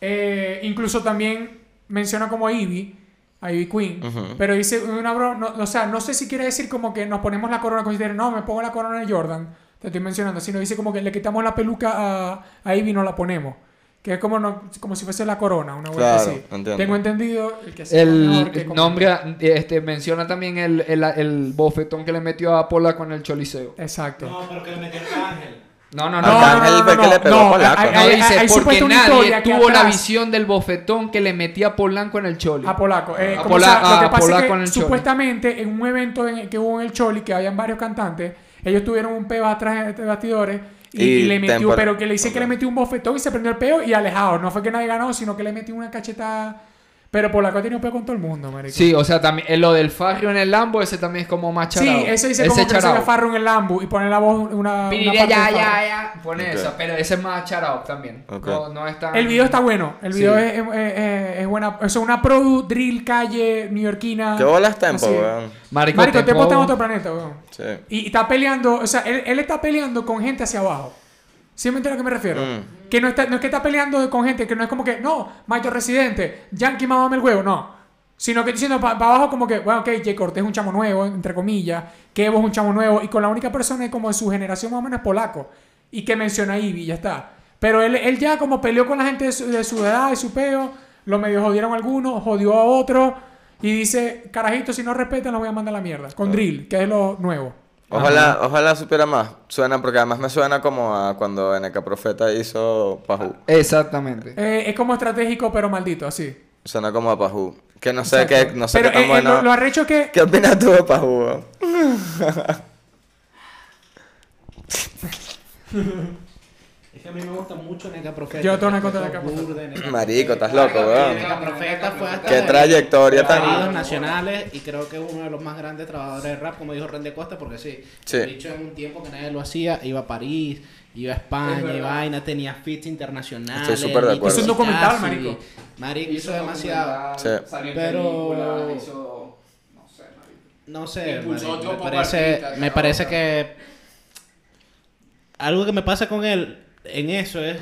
[SPEAKER 1] Eh, incluso también menciona como a Ivy, a Ivy Queen,
[SPEAKER 2] Ujú.
[SPEAKER 1] pero dice una bro, no, o sea, no sé si quiere decir como que nos ponemos la corona, considera, no, me pongo la corona de Jordan, te estoy mencionando, sino dice como que le quitamos la peluca a, a Ivy y no la ponemos. Que es como, no, como si fuese la corona, una vuelta
[SPEAKER 2] Claro,
[SPEAKER 1] así.
[SPEAKER 2] entiendo.
[SPEAKER 1] Tengo entendido el que se
[SPEAKER 5] El,
[SPEAKER 1] mejor que como-
[SPEAKER 5] nombre, este, menciona también el, el, el bofetón que le metió a Pola con el choliseo.
[SPEAKER 1] Exacto.
[SPEAKER 4] No, pero que le metieron a Ángel.
[SPEAKER 5] No, no, no.
[SPEAKER 1] No,
[SPEAKER 5] no,
[SPEAKER 2] Arcángel
[SPEAKER 1] no, no,
[SPEAKER 2] fue
[SPEAKER 1] no,
[SPEAKER 2] que
[SPEAKER 1] no,
[SPEAKER 2] le pegó
[SPEAKER 1] no,
[SPEAKER 2] a Polaco,
[SPEAKER 1] hay-
[SPEAKER 2] ¿no?
[SPEAKER 1] hay-
[SPEAKER 5] dice,
[SPEAKER 1] hay- hay
[SPEAKER 5] porque
[SPEAKER 1] supuesta una
[SPEAKER 5] nadie
[SPEAKER 1] historia que
[SPEAKER 5] tuvo la
[SPEAKER 1] atrás-
[SPEAKER 5] visión del bofetón que le metía a Polanco en el choli.
[SPEAKER 1] A Polaco. Eh,
[SPEAKER 5] A
[SPEAKER 1] como
[SPEAKER 5] Pola-
[SPEAKER 1] sea, lo que
[SPEAKER 5] a
[SPEAKER 1] pasa es
[SPEAKER 5] Polaco en el
[SPEAKER 1] que
[SPEAKER 5] Choli.
[SPEAKER 1] supuestamente en un evento en el que hubo en el Choli, que habían varios cantantes, ellos tuvieron un peo atrás de bastidores y,
[SPEAKER 2] Y
[SPEAKER 1] y le metió,
[SPEAKER 2] temporal-
[SPEAKER 1] pero que le dice que le metió un bofetón y se prendió el peo y alejado. No fue que nadie ganó, sino que le metió una cachetada. Pero Polaco ha tenido peo con todo el mundo, marico.
[SPEAKER 5] Sí, o sea, también eh, lo del Farrio en el Lambo, ese también es como más
[SPEAKER 1] Sí,
[SPEAKER 5] charado.
[SPEAKER 1] eso dice como que se
[SPEAKER 5] charao.
[SPEAKER 1] Farro en el Lambo y pone la voz una. una
[SPEAKER 5] Piriri,
[SPEAKER 1] parte
[SPEAKER 5] ya,
[SPEAKER 1] de Farro.
[SPEAKER 5] ya, ya. Pone
[SPEAKER 2] Ok.
[SPEAKER 5] eso, pero ese es más charado también.
[SPEAKER 2] Ok.
[SPEAKER 5] No, no es tan-
[SPEAKER 1] El video está bueno. El
[SPEAKER 5] Sí.
[SPEAKER 1] video es, es- es- es buena. Es una produ, drill, calle, neoyorquina.
[SPEAKER 2] ¿Qué bolas tempo,
[SPEAKER 1] Ah, así.
[SPEAKER 2] weón?
[SPEAKER 5] Marico,
[SPEAKER 1] Marico, te
[SPEAKER 5] Tempo-
[SPEAKER 1] botan a otro planeta, weón.
[SPEAKER 2] Sí.
[SPEAKER 1] Y y está peleando, o sea, él, él está peleando con gente hacia abajo. ¿Sí me entiendes a lo que me refiero?
[SPEAKER 2] Mm.
[SPEAKER 1] Que no, está, no es que está peleando con gente, que no es como que, no, Maito Residente, Yankee mamame el huevo, no. Sino que estoy diciendo para abajo como que, bueno, ok, J. Cortés es un chamo nuevo, entre comillas, Kevo es un chamo nuevo, y con la única persona como de su generación más o menos polaco, y que menciona a Ivy, ya está. Pero él, él ya como peleó con la gente de su, de su edad, de su peo, lo medio jodieron a algunos, jodió a otros, y dice, carajito, si no respetan, los voy a mandar a la mierda. Con Drill, que es lo nuevo.
[SPEAKER 2] Ojalá, ojalá supiera más. Suena, porque además me suena como a cuando NK Profeta hizo Pajú.
[SPEAKER 5] Exactamente.
[SPEAKER 1] Eh, es como estratégico, pero maldito, así.
[SPEAKER 2] Suena como a Pajú. Que no sé qué,
[SPEAKER 1] Exacto.
[SPEAKER 2] no sé
[SPEAKER 1] pero
[SPEAKER 2] qué tan
[SPEAKER 1] eh, eh,
[SPEAKER 2] bueno.
[SPEAKER 1] lo, lo arrecho es que.
[SPEAKER 2] ¿Qué opinas tú de Pajú? weón?
[SPEAKER 4] Es que a mí me gusta mucho Nega Profeta.
[SPEAKER 1] Yo tengo una contra Nega Profeta.
[SPEAKER 4] Profeta.
[SPEAKER 2] Marico, estás loco, weón.
[SPEAKER 4] Nega Profeta fue hasta
[SPEAKER 2] Qué
[SPEAKER 4] de-
[SPEAKER 2] trayectoria tan-
[SPEAKER 4] Paridos nacionales y creo que es uno de los más grandes trabajadores de rap, como dijo Rende Costa, porque sí.
[SPEAKER 2] Sí.
[SPEAKER 4] De hecho, en un tiempo que nadie lo hacía, iba a París, iba a
[SPEAKER 5] Es
[SPEAKER 4] España,
[SPEAKER 5] verdad.
[SPEAKER 4] iba a vaina, tenía fits internacionales.
[SPEAKER 2] Estoy súper de acuerdo.
[SPEAKER 1] Hizo un documental, marico.
[SPEAKER 4] Marico, hizo demasiado.
[SPEAKER 2] Sí.
[SPEAKER 5] Salió en
[SPEAKER 4] Pero-
[SPEAKER 5] películas, hizo- no sé, marico.
[SPEAKER 4] No sé,
[SPEAKER 5] Impulsó
[SPEAKER 4] marico,
[SPEAKER 5] otro
[SPEAKER 4] me
[SPEAKER 5] poco
[SPEAKER 4] parece,
[SPEAKER 5] artista,
[SPEAKER 4] me
[SPEAKER 5] cabrón,
[SPEAKER 4] parece
[SPEAKER 5] ¿no?
[SPEAKER 4] que algo que me pasa con él en eso es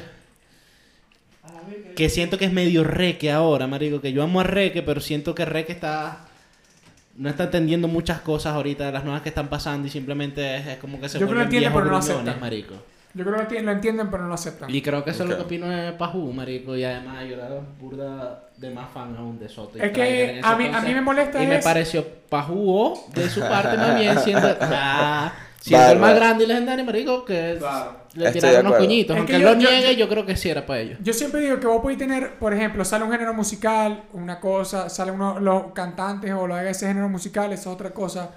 [SPEAKER 4] que siento que es medio reque ahora, marico, que yo amo a reque, pero siento que reque está no está entendiendo muchas cosas ahorita de las nuevas que están pasando y simplemente es, es como que se
[SPEAKER 1] Yo creo que lo entiende,
[SPEAKER 4] vuelven viejos
[SPEAKER 1] pero no lo
[SPEAKER 4] gruñones,
[SPEAKER 1] acepta.
[SPEAKER 4] marico.
[SPEAKER 1] Yo creo que lo enti- lo entienden, pero no lo aceptan.
[SPEAKER 4] Y creo que eso
[SPEAKER 2] Ok.
[SPEAKER 4] es lo que opino de Pajú, marico, y además yo era burda de más fan aún de Soto. y
[SPEAKER 1] Es que
[SPEAKER 4] Tiger en ese
[SPEAKER 1] a mí- a
[SPEAKER 4] entonces.
[SPEAKER 1] mí me molesta
[SPEAKER 4] Y me
[SPEAKER 1] es-
[SPEAKER 4] pareció Pajú de su parte más bien, siendo, ah, siendo el más
[SPEAKER 2] Bárbaro.
[SPEAKER 4] grande y legendario, marico, que
[SPEAKER 5] Claro.
[SPEAKER 4] le
[SPEAKER 2] Estoy de
[SPEAKER 4] tiraron unos
[SPEAKER 2] acuerdo.
[SPEAKER 4] coñitos.
[SPEAKER 1] Es
[SPEAKER 4] Aunque
[SPEAKER 1] que
[SPEAKER 4] él
[SPEAKER 1] yo-
[SPEAKER 4] lo
[SPEAKER 1] yo-
[SPEAKER 4] niegue, yo, creo que sí era para ellos.
[SPEAKER 1] Yo siempre digo que vos podés tener, por ejemplo, sale un género musical, una cosa, sale uno, los cantantes o lo haga ese género musical, esa es otra cosa.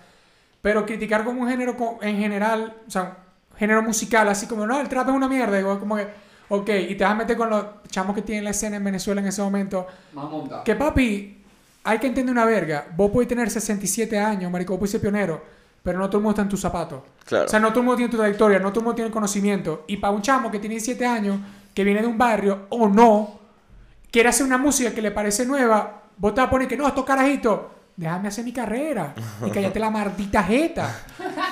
[SPEAKER 1] Pero criticar como un género co- en general, o sea, género musical, así como, no, el trap es una mierda, digo, como que, ok, y te vas a meter con los chamos que tienen la escena en Venezuela en ese momento.
[SPEAKER 5] Más montado.
[SPEAKER 1] Que papi, hay que entender una verga. Vos podés tener 67 años, marico, vos podés ser pionero, pero no todo el mundo está en tus zapatos.
[SPEAKER 2] Claro.
[SPEAKER 1] O sea, no todo el mundo tiene tu trayectoria, no todo el mundo tiene el conocimiento. Y para un chamo que tiene 17 años, que viene de un barrio o no, quiere hacer una música que le parece nueva, vos te vas a poner que no, estos carajitos, déjame hacer mi carrera y cállate la maldita jeta.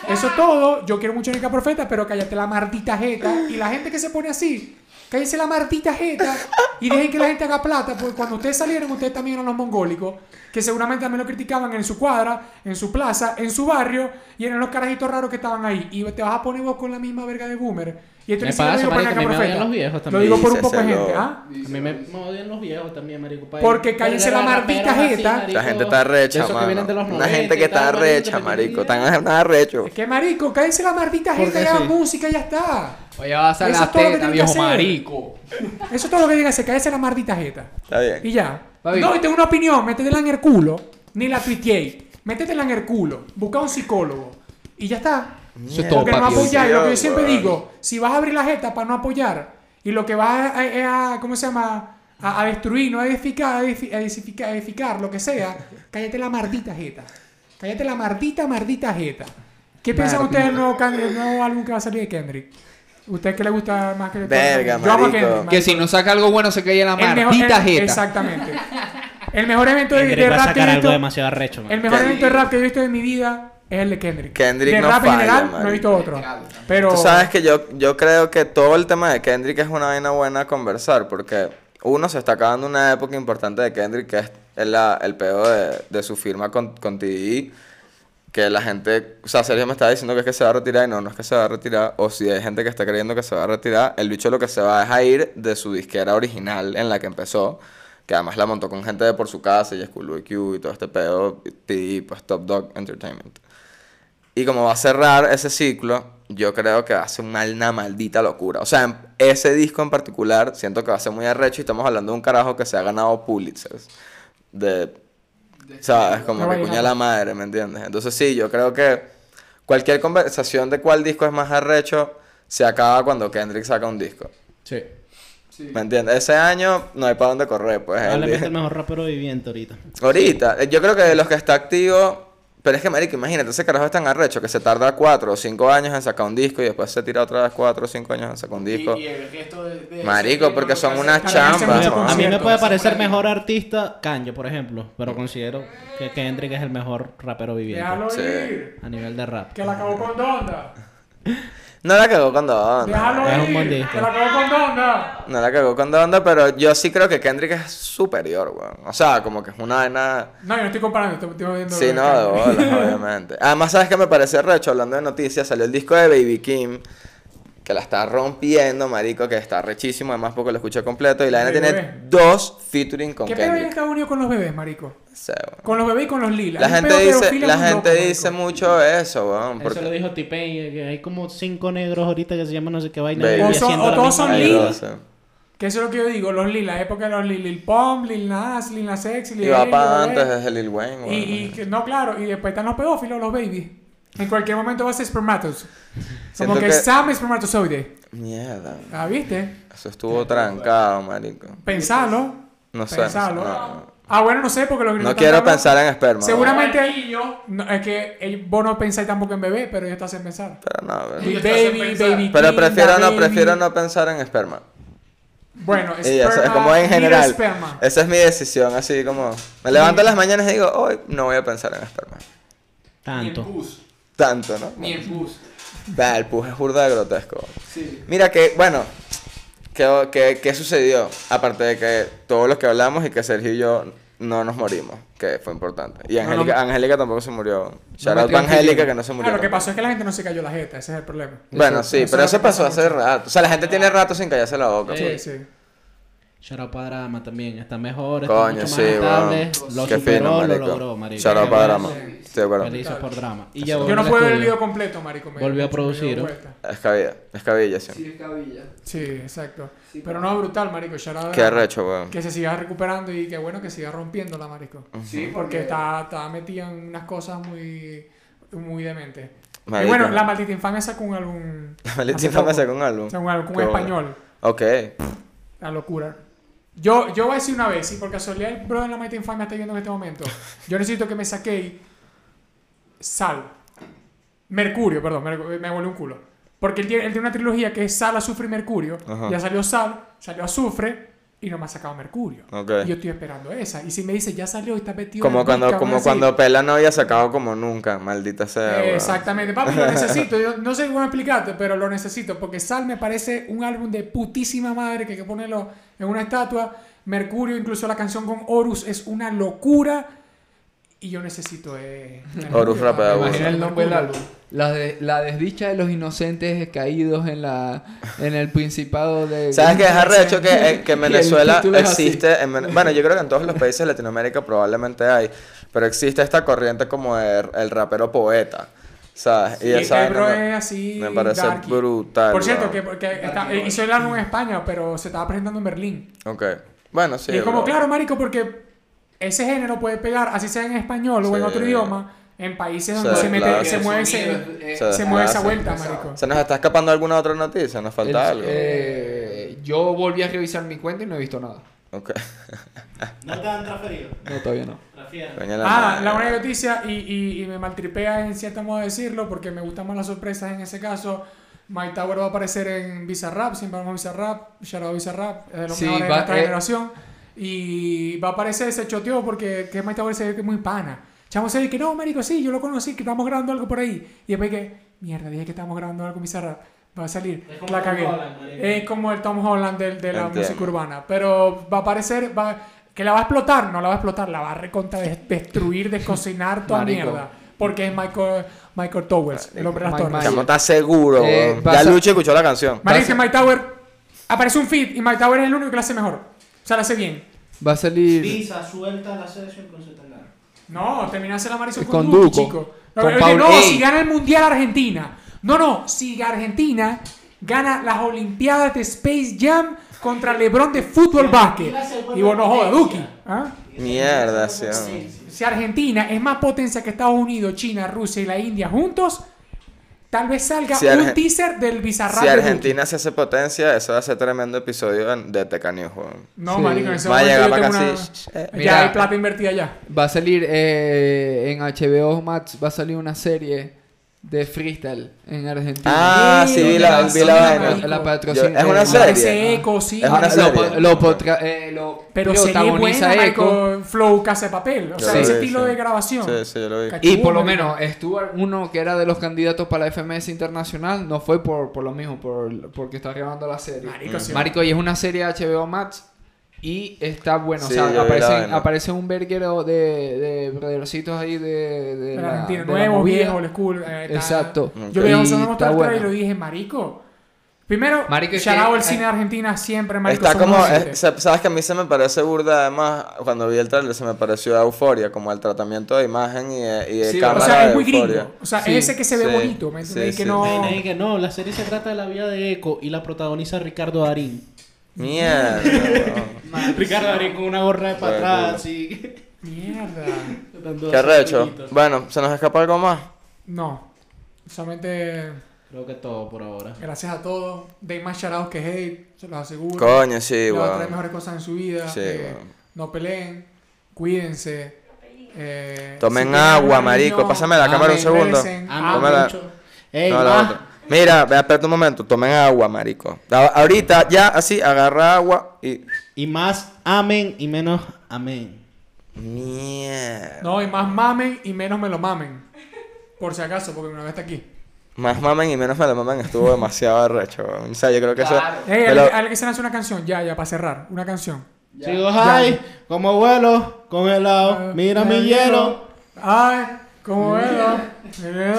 [SPEAKER 1] Eso es todo. Yo quiero mucho a Nica Profeta, pero cállate la maldita jeta. Y la gente que se pone así, cállese la maldita jeta y dejen que la gente haga plata, porque cuando ustedes salieron, ustedes también eran los mongólicos, que seguramente también lo criticaban en su cuadra, en su plaza, en su barrio, y eran los carajitos raros que estaban ahí. Y te vas a poner vos con la misma verga de boomer. Y esto
[SPEAKER 4] Me
[SPEAKER 1] ni siquiera lo
[SPEAKER 4] pasa,
[SPEAKER 1] digo por Naca
[SPEAKER 4] marico, a mí me odian
[SPEAKER 1] Profeta.
[SPEAKER 4] los viejos
[SPEAKER 1] Lo
[SPEAKER 4] también.
[SPEAKER 1] digo por un
[SPEAKER 2] Dice,
[SPEAKER 1] poco de
[SPEAKER 2] se lo-
[SPEAKER 1] gente, ¿ah?
[SPEAKER 4] A mí me, me odian los viejos también, marico. pa'
[SPEAKER 1] Porque
[SPEAKER 4] ir-
[SPEAKER 1] cállense
[SPEAKER 4] verga,
[SPEAKER 1] la maldita
[SPEAKER 4] raperos así,
[SPEAKER 1] jeta. La
[SPEAKER 4] marico,
[SPEAKER 2] La gente está
[SPEAKER 4] de
[SPEAKER 2] recha,
[SPEAKER 4] esos que vienen de los
[SPEAKER 2] mano. La
[SPEAKER 4] 90
[SPEAKER 2] gente
[SPEAKER 4] y
[SPEAKER 2] que
[SPEAKER 4] tal,
[SPEAKER 2] está
[SPEAKER 4] marico,
[SPEAKER 2] recha,
[SPEAKER 4] que
[SPEAKER 2] marico.
[SPEAKER 4] tienen
[SPEAKER 2] Tan
[SPEAKER 4] idea.
[SPEAKER 2] nada recho.
[SPEAKER 1] Es que marico, cállense la maldita
[SPEAKER 4] Porque
[SPEAKER 1] gente y hagan
[SPEAKER 4] sí.
[SPEAKER 1] música y ya está.
[SPEAKER 5] Oye, vas a
[SPEAKER 1] Eso
[SPEAKER 5] la
[SPEAKER 1] es todo lo que tienen
[SPEAKER 5] teta,
[SPEAKER 1] que
[SPEAKER 5] viejo
[SPEAKER 1] hacer.
[SPEAKER 5] marico.
[SPEAKER 1] Eso es todo lo que digan, se cállense la maldita jeta.
[SPEAKER 2] Está bien.
[SPEAKER 1] Y ya.
[SPEAKER 5] Va bien.
[SPEAKER 1] No, y tengo una opinión, métetela en el culo. Ni la tuiteé. Métetela en el culo. Busca un psicólogo. Y ya está.
[SPEAKER 5] Eso es todo,
[SPEAKER 1] Porque no
[SPEAKER 5] papi.
[SPEAKER 2] apoya-
[SPEAKER 1] apoyáis. Lo que yo
[SPEAKER 2] Dios,
[SPEAKER 1] siempre
[SPEAKER 2] weón.
[SPEAKER 1] digo, si vas a abrir la jeta para no apoyar, y lo que vas a, a- a- ¿cómo se llama? A, a destruir, no a edificar, a edifi- a edificar, a edificar, lo que sea, cállate la mardita jeta. Cállate la mardita, mardita jeta. ¿Qué piensan ustedes del nuevo, can- del nuevo álbum que va a salir de Kendrick? ¿Ustedes qué les gusta más que le
[SPEAKER 2] Verga,
[SPEAKER 1] Yo amo a
[SPEAKER 2] marico.
[SPEAKER 1] Kendrick.
[SPEAKER 5] Que
[SPEAKER 1] marico.
[SPEAKER 5] si no saca algo bueno se cae en la
[SPEAKER 1] El mejor- eh,
[SPEAKER 5] maldita
[SPEAKER 1] el-
[SPEAKER 5] jeta.
[SPEAKER 1] Exactamente. El mejor evento de,
[SPEAKER 4] Kendrick
[SPEAKER 1] de
[SPEAKER 4] va a
[SPEAKER 1] rap que
[SPEAKER 4] sacar
[SPEAKER 1] he
[SPEAKER 4] algo
[SPEAKER 1] visto.
[SPEAKER 4] demasiado arrecho,
[SPEAKER 1] El
[SPEAKER 4] man.
[SPEAKER 1] mejor
[SPEAKER 2] Kendrick.
[SPEAKER 1] evento de rap que he visto en mi vida es el de Kendrick.
[SPEAKER 2] Kendrick
[SPEAKER 1] de
[SPEAKER 2] no
[SPEAKER 1] rap en
[SPEAKER 2] falla,
[SPEAKER 1] general no he
[SPEAKER 2] marico.
[SPEAKER 1] visto otro. Pero
[SPEAKER 2] Tú sabes que yo, yo creo que todo el tema de Kendrick es una vaina buena a conversar, porque uno se está acabando una época importante de Kendrick, que es el, la- el pedo de, de su firma con, con TDE, que la gente, o sea, Sergio me estaba diciendo que es que se va a retirar y no, no es que se va a retirar, o si hay gente que está creyendo que se va a retirar, el bicho lo que se va es a ir de su disquera original en la que empezó, que además la montó con gente de por su casa y School Q y todo este pedo, TDE, pues Top Dog Entertainment. Y como va a cerrar ese ciclo, yo creo que va a ser una, una maldita locura. O sea, en- ese disco en particular, siento que va a ser muy arrecho y estamos hablando de un carajo que se ha ganado Pulitzers. De, ¿Sabes? Como
[SPEAKER 1] No
[SPEAKER 2] que
[SPEAKER 1] vaya
[SPEAKER 2] cuña
[SPEAKER 1] nada.
[SPEAKER 2] la madre, ¿me entiendes? Entonces sí, yo creo que cualquier conversación de cuál disco es más arrecho se acaba cuando Kendrick saca un disco.
[SPEAKER 4] Sí.
[SPEAKER 5] Sí.
[SPEAKER 2] ¿Me entiendes? Ese año no hay para dónde correr, pues. el
[SPEAKER 4] Probablemente
[SPEAKER 2] disco-
[SPEAKER 4] el mejor rapero viviente ahorita.
[SPEAKER 2] Ahorita, eh, yo creo que de los que está activo, pero es que marico, imagínate, ese carajo es tan arrecho que se tarda 4 o 5 años en sacar un disco y después se tira otra vez 4 o 5 años en sacar un disco. Marico, porque son unas
[SPEAKER 1] Claro, hacen
[SPEAKER 2] chambas.
[SPEAKER 1] mucho
[SPEAKER 2] ¿no?
[SPEAKER 4] A mí me
[SPEAKER 1] Cierto,
[SPEAKER 4] puede
[SPEAKER 1] eso
[SPEAKER 4] parecer mejor artista Kanye, por ejemplo, pero considero que Kendrick es el mejor rapero viviente
[SPEAKER 1] déjalo
[SPEAKER 2] Sí.
[SPEAKER 1] ir.
[SPEAKER 4] a nivel de rap.
[SPEAKER 1] Que la acabó con Donda.
[SPEAKER 2] No la cagó con Donda.
[SPEAKER 1] Déjalo
[SPEAKER 4] Es un buen
[SPEAKER 1] ir.
[SPEAKER 4] disco.
[SPEAKER 1] Que la acabó con Donda.
[SPEAKER 2] No la cagó con Donda, pero yo sí creo que Kendrick es superior, weón. O sea, como que es una vaina.
[SPEAKER 1] No, yo no estoy comparando, estoy, estoy viendo.
[SPEAKER 2] Sí, no, de bolas, obviamente. Además, ¿sabes qué me parece recho? Hablando de noticias, salió el disco de Baby Kim, que la está rompiendo, marico, que está rechísimo, además porque lo escuché completo, y la
[SPEAKER 1] Baby
[SPEAKER 2] nena tiene
[SPEAKER 1] bebé.
[SPEAKER 2] dos featuring con
[SPEAKER 1] ¿Qué pedo hay en
[SPEAKER 2] Kendrick.
[SPEAKER 1] Estados Unidos con los bebés, marico?
[SPEAKER 2] O sea, weón.
[SPEAKER 1] Con los bebés y con los lilas.
[SPEAKER 2] La
[SPEAKER 1] Hay un
[SPEAKER 2] gente
[SPEAKER 1] pedo
[SPEAKER 2] dice,
[SPEAKER 1] pedofilo
[SPEAKER 2] la
[SPEAKER 1] muy
[SPEAKER 2] gente
[SPEAKER 1] loco,
[SPEAKER 2] dice
[SPEAKER 1] marico.
[SPEAKER 2] mucho eso, weón,
[SPEAKER 4] Eso lo
[SPEAKER 2] porque...
[SPEAKER 4] dijo T-Pain, que hay como cinco negros ahorita que se llaman no sé qué vaina.
[SPEAKER 2] Baby.
[SPEAKER 4] y
[SPEAKER 2] O son-
[SPEAKER 4] haciendo
[SPEAKER 1] o
[SPEAKER 4] la
[SPEAKER 1] todos
[SPEAKER 4] misma
[SPEAKER 1] son
[SPEAKER 4] vaina.
[SPEAKER 2] Hay
[SPEAKER 1] lilas.
[SPEAKER 2] dos, eh.
[SPEAKER 1] Que eso es lo que yo digo, los lilas, época de los Lil, Lil Pump, Lil Nas, Lil Nas X, Lil
[SPEAKER 2] Y va
[SPEAKER 1] Baby,
[SPEAKER 2] para
[SPEAKER 1] bebé.
[SPEAKER 2] antes desde Lil
[SPEAKER 1] Y,
[SPEAKER 2] Wayne,
[SPEAKER 1] y
[SPEAKER 2] weón.
[SPEAKER 1] que- no, claro, y después están los pedófilos, los babies. En cualquier momento va a ser espermatos. Como
[SPEAKER 2] Siento
[SPEAKER 1] que,
[SPEAKER 2] que-
[SPEAKER 1] Sam espermatozoide.
[SPEAKER 2] Mierda,
[SPEAKER 1] ¿Ah, viste?
[SPEAKER 2] eso estuvo trancado, marico.
[SPEAKER 1] Pensalo.
[SPEAKER 2] No sé.
[SPEAKER 1] Pensalo.
[SPEAKER 2] No,
[SPEAKER 1] Ah, bueno, no sé, porque los
[SPEAKER 2] no
[SPEAKER 1] gringos están
[SPEAKER 2] quiero
[SPEAKER 1] hablando-
[SPEAKER 2] pensar en esperma. weón.
[SPEAKER 1] Seguramente. No, es que eh, vos no pensáis tampoco en bebé, pero ellos te hacen pensar.
[SPEAKER 2] Pero no, weón.
[SPEAKER 1] Baby,
[SPEAKER 6] Ellos te hacen
[SPEAKER 1] baby,
[SPEAKER 6] pensar.
[SPEAKER 2] Pero
[SPEAKER 1] king,
[SPEAKER 2] prefiero
[SPEAKER 1] la
[SPEAKER 2] no,
[SPEAKER 1] baby.
[SPEAKER 2] prefiero no pensar en esperma.
[SPEAKER 1] Bueno,
[SPEAKER 2] Y ya, eso es
[SPEAKER 1] esperma,
[SPEAKER 2] como en
[SPEAKER 1] little
[SPEAKER 2] general.
[SPEAKER 1] esperma.
[SPEAKER 2] Esa es mi decisión, así como. Me levanto en las mañanas y digo, hoy no voy a pensar en esperma.
[SPEAKER 6] Ni en
[SPEAKER 4] Tanto.
[SPEAKER 6] bus.
[SPEAKER 2] Tanto, ¿no?
[SPEAKER 6] Ni en bus.
[SPEAKER 2] Va, el puje es burda de grotesco.
[SPEAKER 6] Sí.
[SPEAKER 2] Mira que, bueno, ¿qué, qué, qué sucedió? Aparte de que todos los que hablamos y que Sergio y yo no nos morimos, que fue importante. Y Angélica, Angélica tampoco se murió. Shout out
[SPEAKER 5] me
[SPEAKER 2] pa' Angélica
[SPEAKER 5] tranquilo.
[SPEAKER 2] que no se
[SPEAKER 1] Ah,
[SPEAKER 2] murió.
[SPEAKER 1] lo que
[SPEAKER 2] tampoco.
[SPEAKER 1] pasó es que la gente no se cayó la jeta, ese es el problema.
[SPEAKER 2] Bueno, sí,
[SPEAKER 1] Eso
[SPEAKER 2] pero
[SPEAKER 1] es lo
[SPEAKER 2] eso
[SPEAKER 1] que
[SPEAKER 2] pasó
[SPEAKER 1] pasa
[SPEAKER 2] hace
[SPEAKER 1] mucho.
[SPEAKER 2] rato. O sea, la gente tiene rato sin callarse la boca.
[SPEAKER 1] Sí, sí.
[SPEAKER 4] Shout out para Drama también, está mejor, está
[SPEAKER 2] Coño,
[SPEAKER 4] mucho más
[SPEAKER 2] sí,
[SPEAKER 4] estable.
[SPEAKER 2] weón.
[SPEAKER 4] Lo
[SPEAKER 2] Qué fino,
[SPEAKER 4] superó, lo
[SPEAKER 2] marico.
[SPEAKER 4] logró, marico.
[SPEAKER 2] Shout out
[SPEAKER 4] Qué
[SPEAKER 2] pa'
[SPEAKER 4] bueno.
[SPEAKER 2] drama. Estoy de acuerdo.
[SPEAKER 4] Felices por Drama. Y ya
[SPEAKER 1] Yo
[SPEAKER 4] volvió
[SPEAKER 1] no
[SPEAKER 4] al
[SPEAKER 1] pude ver el
[SPEAKER 4] estudio.
[SPEAKER 1] video completo, marico. me-
[SPEAKER 4] Volvió a
[SPEAKER 1] me dio
[SPEAKER 4] producir, ¿no?
[SPEAKER 1] vuelta.
[SPEAKER 2] Escabilla, escabilla, sí.
[SPEAKER 6] Sí, es cabilla.
[SPEAKER 1] Sí, exacto.
[SPEAKER 6] Sí,
[SPEAKER 1] Pero no, brutal, marico. shout out a-
[SPEAKER 2] Qué arrecho, weón.
[SPEAKER 1] Que se siga recuperando y que bueno que siga rompiéndola, marico.
[SPEAKER 6] Sí,
[SPEAKER 1] Porque está, está metida en unas cosas muy, muy dementes. Y
[SPEAKER 2] Marico.
[SPEAKER 1] bueno, La Maldita Infamia sacó un álbum.
[SPEAKER 2] La maldita
[SPEAKER 1] hace
[SPEAKER 2] infame
[SPEAKER 1] poco.
[SPEAKER 2] sacó un álbum.
[SPEAKER 1] Sacó un álbum, un
[SPEAKER 2] Qué bueno.
[SPEAKER 1] español.
[SPEAKER 2] Ok.
[SPEAKER 1] La locura. Yo, yo voy a decir una vez, y por casualidad el brother de la Maldita Infamia está viendo en este momento. Yo necesito que me saquéis Sal. Mercurio, perdón, me, me volvió un culo. Porque él tiene, él tiene una trilogía que es Sal, Azufre y Mercurio.
[SPEAKER 2] Ajá.
[SPEAKER 1] Ya salió Sal, salió Azufre, y no me ha sacado Mercurio.
[SPEAKER 2] Ok.
[SPEAKER 1] Y yo estoy esperando esa. Y si me dice, ya salió y está metido. en
[SPEAKER 2] Como
[SPEAKER 1] el
[SPEAKER 2] cuando,
[SPEAKER 1] disco", voy a
[SPEAKER 2] como
[SPEAKER 1] decir,
[SPEAKER 2] cuando Pela no había sacado como nunca, maldita
[SPEAKER 1] "Eh,
[SPEAKER 2] sea. weón.
[SPEAKER 1] Exactamente, papi, lo necesito. Yo no sé cómo explicarte, pero lo necesito. Porque Sal me parece un álbum de putísima madre que hay que ponerlo en una estatua. Mercurio, incluso la canción con Horus, es una locura. Y yo necesito. Eh, Mercurio,
[SPEAKER 2] Horus Rapa de
[SPEAKER 1] papi.
[SPEAKER 2] Abuelo.
[SPEAKER 5] Imagina el nombre del
[SPEAKER 1] Mercurio.
[SPEAKER 5] álbum. La, de- la desdicha de los inocentes caídos en la en el principado de...
[SPEAKER 2] ¿Sabes qué es arrecho? Que, eh, que en
[SPEAKER 5] Y el
[SPEAKER 2] Venezuela
[SPEAKER 5] título es así.
[SPEAKER 2] existe. en Vene- bueno, yo creo que en todos los países de Latinoamérica probablemente hay. Pero existe esta corriente como el, el rapero poeta. ¿Sabes?
[SPEAKER 1] Y el
[SPEAKER 2] esa vaina
[SPEAKER 1] Ebro
[SPEAKER 2] me-
[SPEAKER 1] es así.
[SPEAKER 2] me parece
[SPEAKER 1] darky.
[SPEAKER 2] brutal,
[SPEAKER 1] Por cierto,
[SPEAKER 2] weón.
[SPEAKER 1] que, que está- eh, hizo el álbum en España, pero se estaba presentando en Berlín.
[SPEAKER 2] Ok. Bueno, sí.
[SPEAKER 1] y es como,
[SPEAKER 2] bro.
[SPEAKER 1] claro, marico, porque ese género puede pegar, así sea en español o en
[SPEAKER 2] Sí.
[SPEAKER 1] otro idioma, en países
[SPEAKER 2] Sí,
[SPEAKER 1] donde se, mete-
[SPEAKER 2] claro.
[SPEAKER 1] se mueve,
[SPEAKER 6] Sí,
[SPEAKER 1] ese-
[SPEAKER 6] eh,
[SPEAKER 2] Sí.
[SPEAKER 1] se mueve esa
[SPEAKER 2] Claro,
[SPEAKER 1] vuelta,
[SPEAKER 6] sí.
[SPEAKER 1] marico.
[SPEAKER 2] ¿Se nos está escapando alguna otra noticia? ¿Nos
[SPEAKER 5] El-
[SPEAKER 2] falta algo?
[SPEAKER 5] eh, yo volví a revisar mi cuenta y no he visto nada.
[SPEAKER 2] Ok.
[SPEAKER 5] Ah,
[SPEAKER 4] No te han transferido.
[SPEAKER 5] No, todavía no.
[SPEAKER 4] Transfieren.
[SPEAKER 2] Coño,
[SPEAKER 1] Ah,
[SPEAKER 2] madre.
[SPEAKER 1] la buena noticia, y, y, y me maltripea en cierto modo decirlo, porque me gustan más las sorpresas en ese caso. My Tower va a aparecer en Bizarrap, siempre vamos a Bizarrap, Shadow Bizarrap, es de los
[SPEAKER 5] Sí,
[SPEAKER 1] mejores de
[SPEAKER 5] va-
[SPEAKER 1] nuestra
[SPEAKER 5] eh.
[SPEAKER 1] generación. Y va a aparecer ese choteo porque que My Tower se ve que es muy pana. Chamo se dice que no, marico, sí, yo lo conocí, que estamos grabando algo por ahí. Y después que, mierda, dije que estamos grabando algo en Bizarrap, va a salir,
[SPEAKER 4] Es como
[SPEAKER 1] la
[SPEAKER 4] Tom
[SPEAKER 1] cagué.
[SPEAKER 4] Holland, marico.
[SPEAKER 1] Es como el Tom Holland del- de, la
[SPEAKER 2] Entiendo.
[SPEAKER 1] música urbana. Pero va a aparecer, va, que la va a explotar, no la va a explotar, la va a recontra des- destruir, descocinar toda
[SPEAKER 5] Marico.
[SPEAKER 1] mierda. Porque es Michael, Michael Towers, el hombre de las
[SPEAKER 5] Mike-
[SPEAKER 1] torres.
[SPEAKER 5] Mike-
[SPEAKER 2] Chamo, está seguro.
[SPEAKER 5] Eh,
[SPEAKER 2] weón.
[SPEAKER 5] vas
[SPEAKER 2] ya
[SPEAKER 5] a-
[SPEAKER 2] Lucho escuchó la canción.
[SPEAKER 1] Marico, que Mike Tower aparece un feed y Mike Tower es el único que lo hace mejor. O sea, lo hace bien.
[SPEAKER 5] Va a salir...
[SPEAKER 4] Visa, suelta la sesión con su tangana.
[SPEAKER 1] No, terminase la Marisol con,
[SPEAKER 5] Con Duco,
[SPEAKER 1] Duki, chico. No,
[SPEAKER 5] con
[SPEAKER 1] oye,
[SPEAKER 5] Paul-
[SPEAKER 1] no,
[SPEAKER 5] Ey.
[SPEAKER 1] si gana el Mundial Argentina. No, no, si Argentina gana las Olimpiadas de Space Jam contra LeBron de fútbol básquet. Y vos no jodas, Duki. ¿Ah?
[SPEAKER 2] Mierda, sí. weón.
[SPEAKER 1] Si Argentina es más potencia que Estados Unidos, China, Rusia y la India juntos, tal vez salga
[SPEAKER 2] Si
[SPEAKER 1] un
[SPEAKER 2] Argen-
[SPEAKER 1] teaser del bizarrap.
[SPEAKER 2] Si
[SPEAKER 1] de Duki.
[SPEAKER 2] Argentina se hace potencia, eso va a ser tremendo episodio en- de Teca News, weón.
[SPEAKER 1] No,
[SPEAKER 5] Sí.
[SPEAKER 1] marico, en ese
[SPEAKER 2] Va a
[SPEAKER 1] momento
[SPEAKER 2] llegar
[SPEAKER 1] yo
[SPEAKER 2] para
[SPEAKER 1] tengo
[SPEAKER 2] casi.
[SPEAKER 1] una-
[SPEAKER 2] Eh,
[SPEAKER 1] Ya
[SPEAKER 5] Mira.
[SPEAKER 1] hay plata invertida ya.
[SPEAKER 5] Va a salir eh, en HBO Max, va a salir una serie de freestyle en Argentina.
[SPEAKER 2] Ah, sí, vi la, vi la vaina.
[SPEAKER 5] La
[SPEAKER 2] Yo-
[SPEAKER 5] patrocina.
[SPEAKER 2] es una
[SPEAKER 5] eh,
[SPEAKER 1] Ese
[SPEAKER 2] serie.
[SPEAKER 1] eco, sí.
[SPEAKER 2] Es una
[SPEAKER 5] Lo-
[SPEAKER 1] marico.
[SPEAKER 2] serie.
[SPEAKER 5] Lo, lo potra- eh, lo
[SPEAKER 1] Pero sería
[SPEAKER 5] protagoniza
[SPEAKER 1] buena,
[SPEAKER 5] Eco.
[SPEAKER 1] marico, flow, casa de papel. O sea,
[SPEAKER 5] Sí.
[SPEAKER 1] ese
[SPEAKER 5] Sí,
[SPEAKER 1] estilo
[SPEAKER 2] sí.
[SPEAKER 1] de grabación.
[SPEAKER 2] Sí, sí, yo lo vi.
[SPEAKER 1] Cacho.
[SPEAKER 5] Y por lo
[SPEAKER 1] Uh,
[SPEAKER 5] menos Stuart, uno que era de los candidatos para la FMS Internacional, no fue por, por lo mismo, por, porque está grabando la serie.
[SPEAKER 1] Marico, sí.
[SPEAKER 5] Marico, y es una serie HBO Max y está bueno.
[SPEAKER 2] Sí,
[SPEAKER 5] o
[SPEAKER 2] yo vi
[SPEAKER 5] sea,
[SPEAKER 2] la
[SPEAKER 5] aparecen,
[SPEAKER 2] vaina.
[SPEAKER 5] aparece un verguero de, de brothercitos ahí de, de
[SPEAKER 1] Pero
[SPEAKER 5] la-
[SPEAKER 1] Argentina,
[SPEAKER 5] de la
[SPEAKER 1] nuevo,
[SPEAKER 5] movida.
[SPEAKER 1] viejo, old school. eh, está-
[SPEAKER 5] Exacto.
[SPEAKER 1] Yo le
[SPEAKER 5] Y
[SPEAKER 1] dije a
[SPEAKER 5] está
[SPEAKER 1] Mostrar
[SPEAKER 5] bueno.
[SPEAKER 1] y lo dije, marico. Primero,
[SPEAKER 5] Marico, es
[SPEAKER 1] shout
[SPEAKER 5] que-
[SPEAKER 1] out al
[SPEAKER 5] eh,
[SPEAKER 1] cine de Argentina siempre, marico.
[SPEAKER 2] Está
[SPEAKER 1] somos
[SPEAKER 2] como,
[SPEAKER 1] gente.
[SPEAKER 2] eh, se- sabes que a mí se me parece burda, además, cuando vi el trailer se me pareció euforia, como el tratamiento de imagen y de, y de
[SPEAKER 5] Sí, o
[SPEAKER 1] O
[SPEAKER 2] cámara
[SPEAKER 1] sea, es
[SPEAKER 2] de
[SPEAKER 1] muy
[SPEAKER 2] euforia.
[SPEAKER 1] gringo. O sea,
[SPEAKER 5] Sí,
[SPEAKER 1] es ese que se ve
[SPEAKER 2] sí,
[SPEAKER 1] bonito, ¿me entendés?
[SPEAKER 2] sí,
[SPEAKER 1] que
[SPEAKER 2] sí.
[SPEAKER 1] no...
[SPEAKER 4] Nadie que No, la serie se trata de la vida de Eco y la protagoniza Ricardo Darín.
[SPEAKER 2] Mierda. weón.
[SPEAKER 4] Ricardo Darín con una gorra
[SPEAKER 2] Bueno,
[SPEAKER 4] de para
[SPEAKER 2] bueno.
[SPEAKER 4] atrás y...
[SPEAKER 1] Mierda.
[SPEAKER 2] Qué arrecho. Bueno, se nos escapa algo más.
[SPEAKER 1] No. Solamente
[SPEAKER 4] Creo que todo por ahora.
[SPEAKER 1] gracias a todos. Den más shoutouts que hate, se los aseguro.
[SPEAKER 2] Coño, sí,
[SPEAKER 1] Le va a
[SPEAKER 2] weón.
[SPEAKER 1] traer mejores cosas en su vida.
[SPEAKER 2] Sí,
[SPEAKER 1] eh,
[SPEAKER 2] weón.
[SPEAKER 1] No peleen. Cuídense. eh,
[SPEAKER 2] Tomen
[SPEAKER 1] si tienen
[SPEAKER 2] agua,
[SPEAKER 1] algún
[SPEAKER 2] marico,
[SPEAKER 1] niño,
[SPEAKER 2] pásame la cámara
[SPEAKER 1] amen,
[SPEAKER 2] un segundo.
[SPEAKER 1] recen,
[SPEAKER 4] Ama
[SPEAKER 1] amen.
[SPEAKER 2] Tómala.
[SPEAKER 4] mucho. Ey,
[SPEAKER 2] No, la
[SPEAKER 4] ma.
[SPEAKER 2] otra. Mira, ve, espérate un momento, tomen agua, marico. A- ahorita, ya, así, agarra agua y...
[SPEAKER 4] Y más amén y menos amén.
[SPEAKER 2] Mierda.
[SPEAKER 1] No, y más mamen y menos me lo mamen. Por si acaso, porque una vez está aquí.
[SPEAKER 2] Más mamen y menos me lo mamen estuvo demasiado arrecho, weón. O sea, yo creo que eso...
[SPEAKER 1] Hey,
[SPEAKER 2] me lo-
[SPEAKER 1] alguien que se lance una canción, ya, ya, para cerrar. Una canción.
[SPEAKER 4] Sigo high, como
[SPEAKER 1] Ah,
[SPEAKER 4] vuelo, congelado, mira mi hielo.
[SPEAKER 1] Ay, como veo.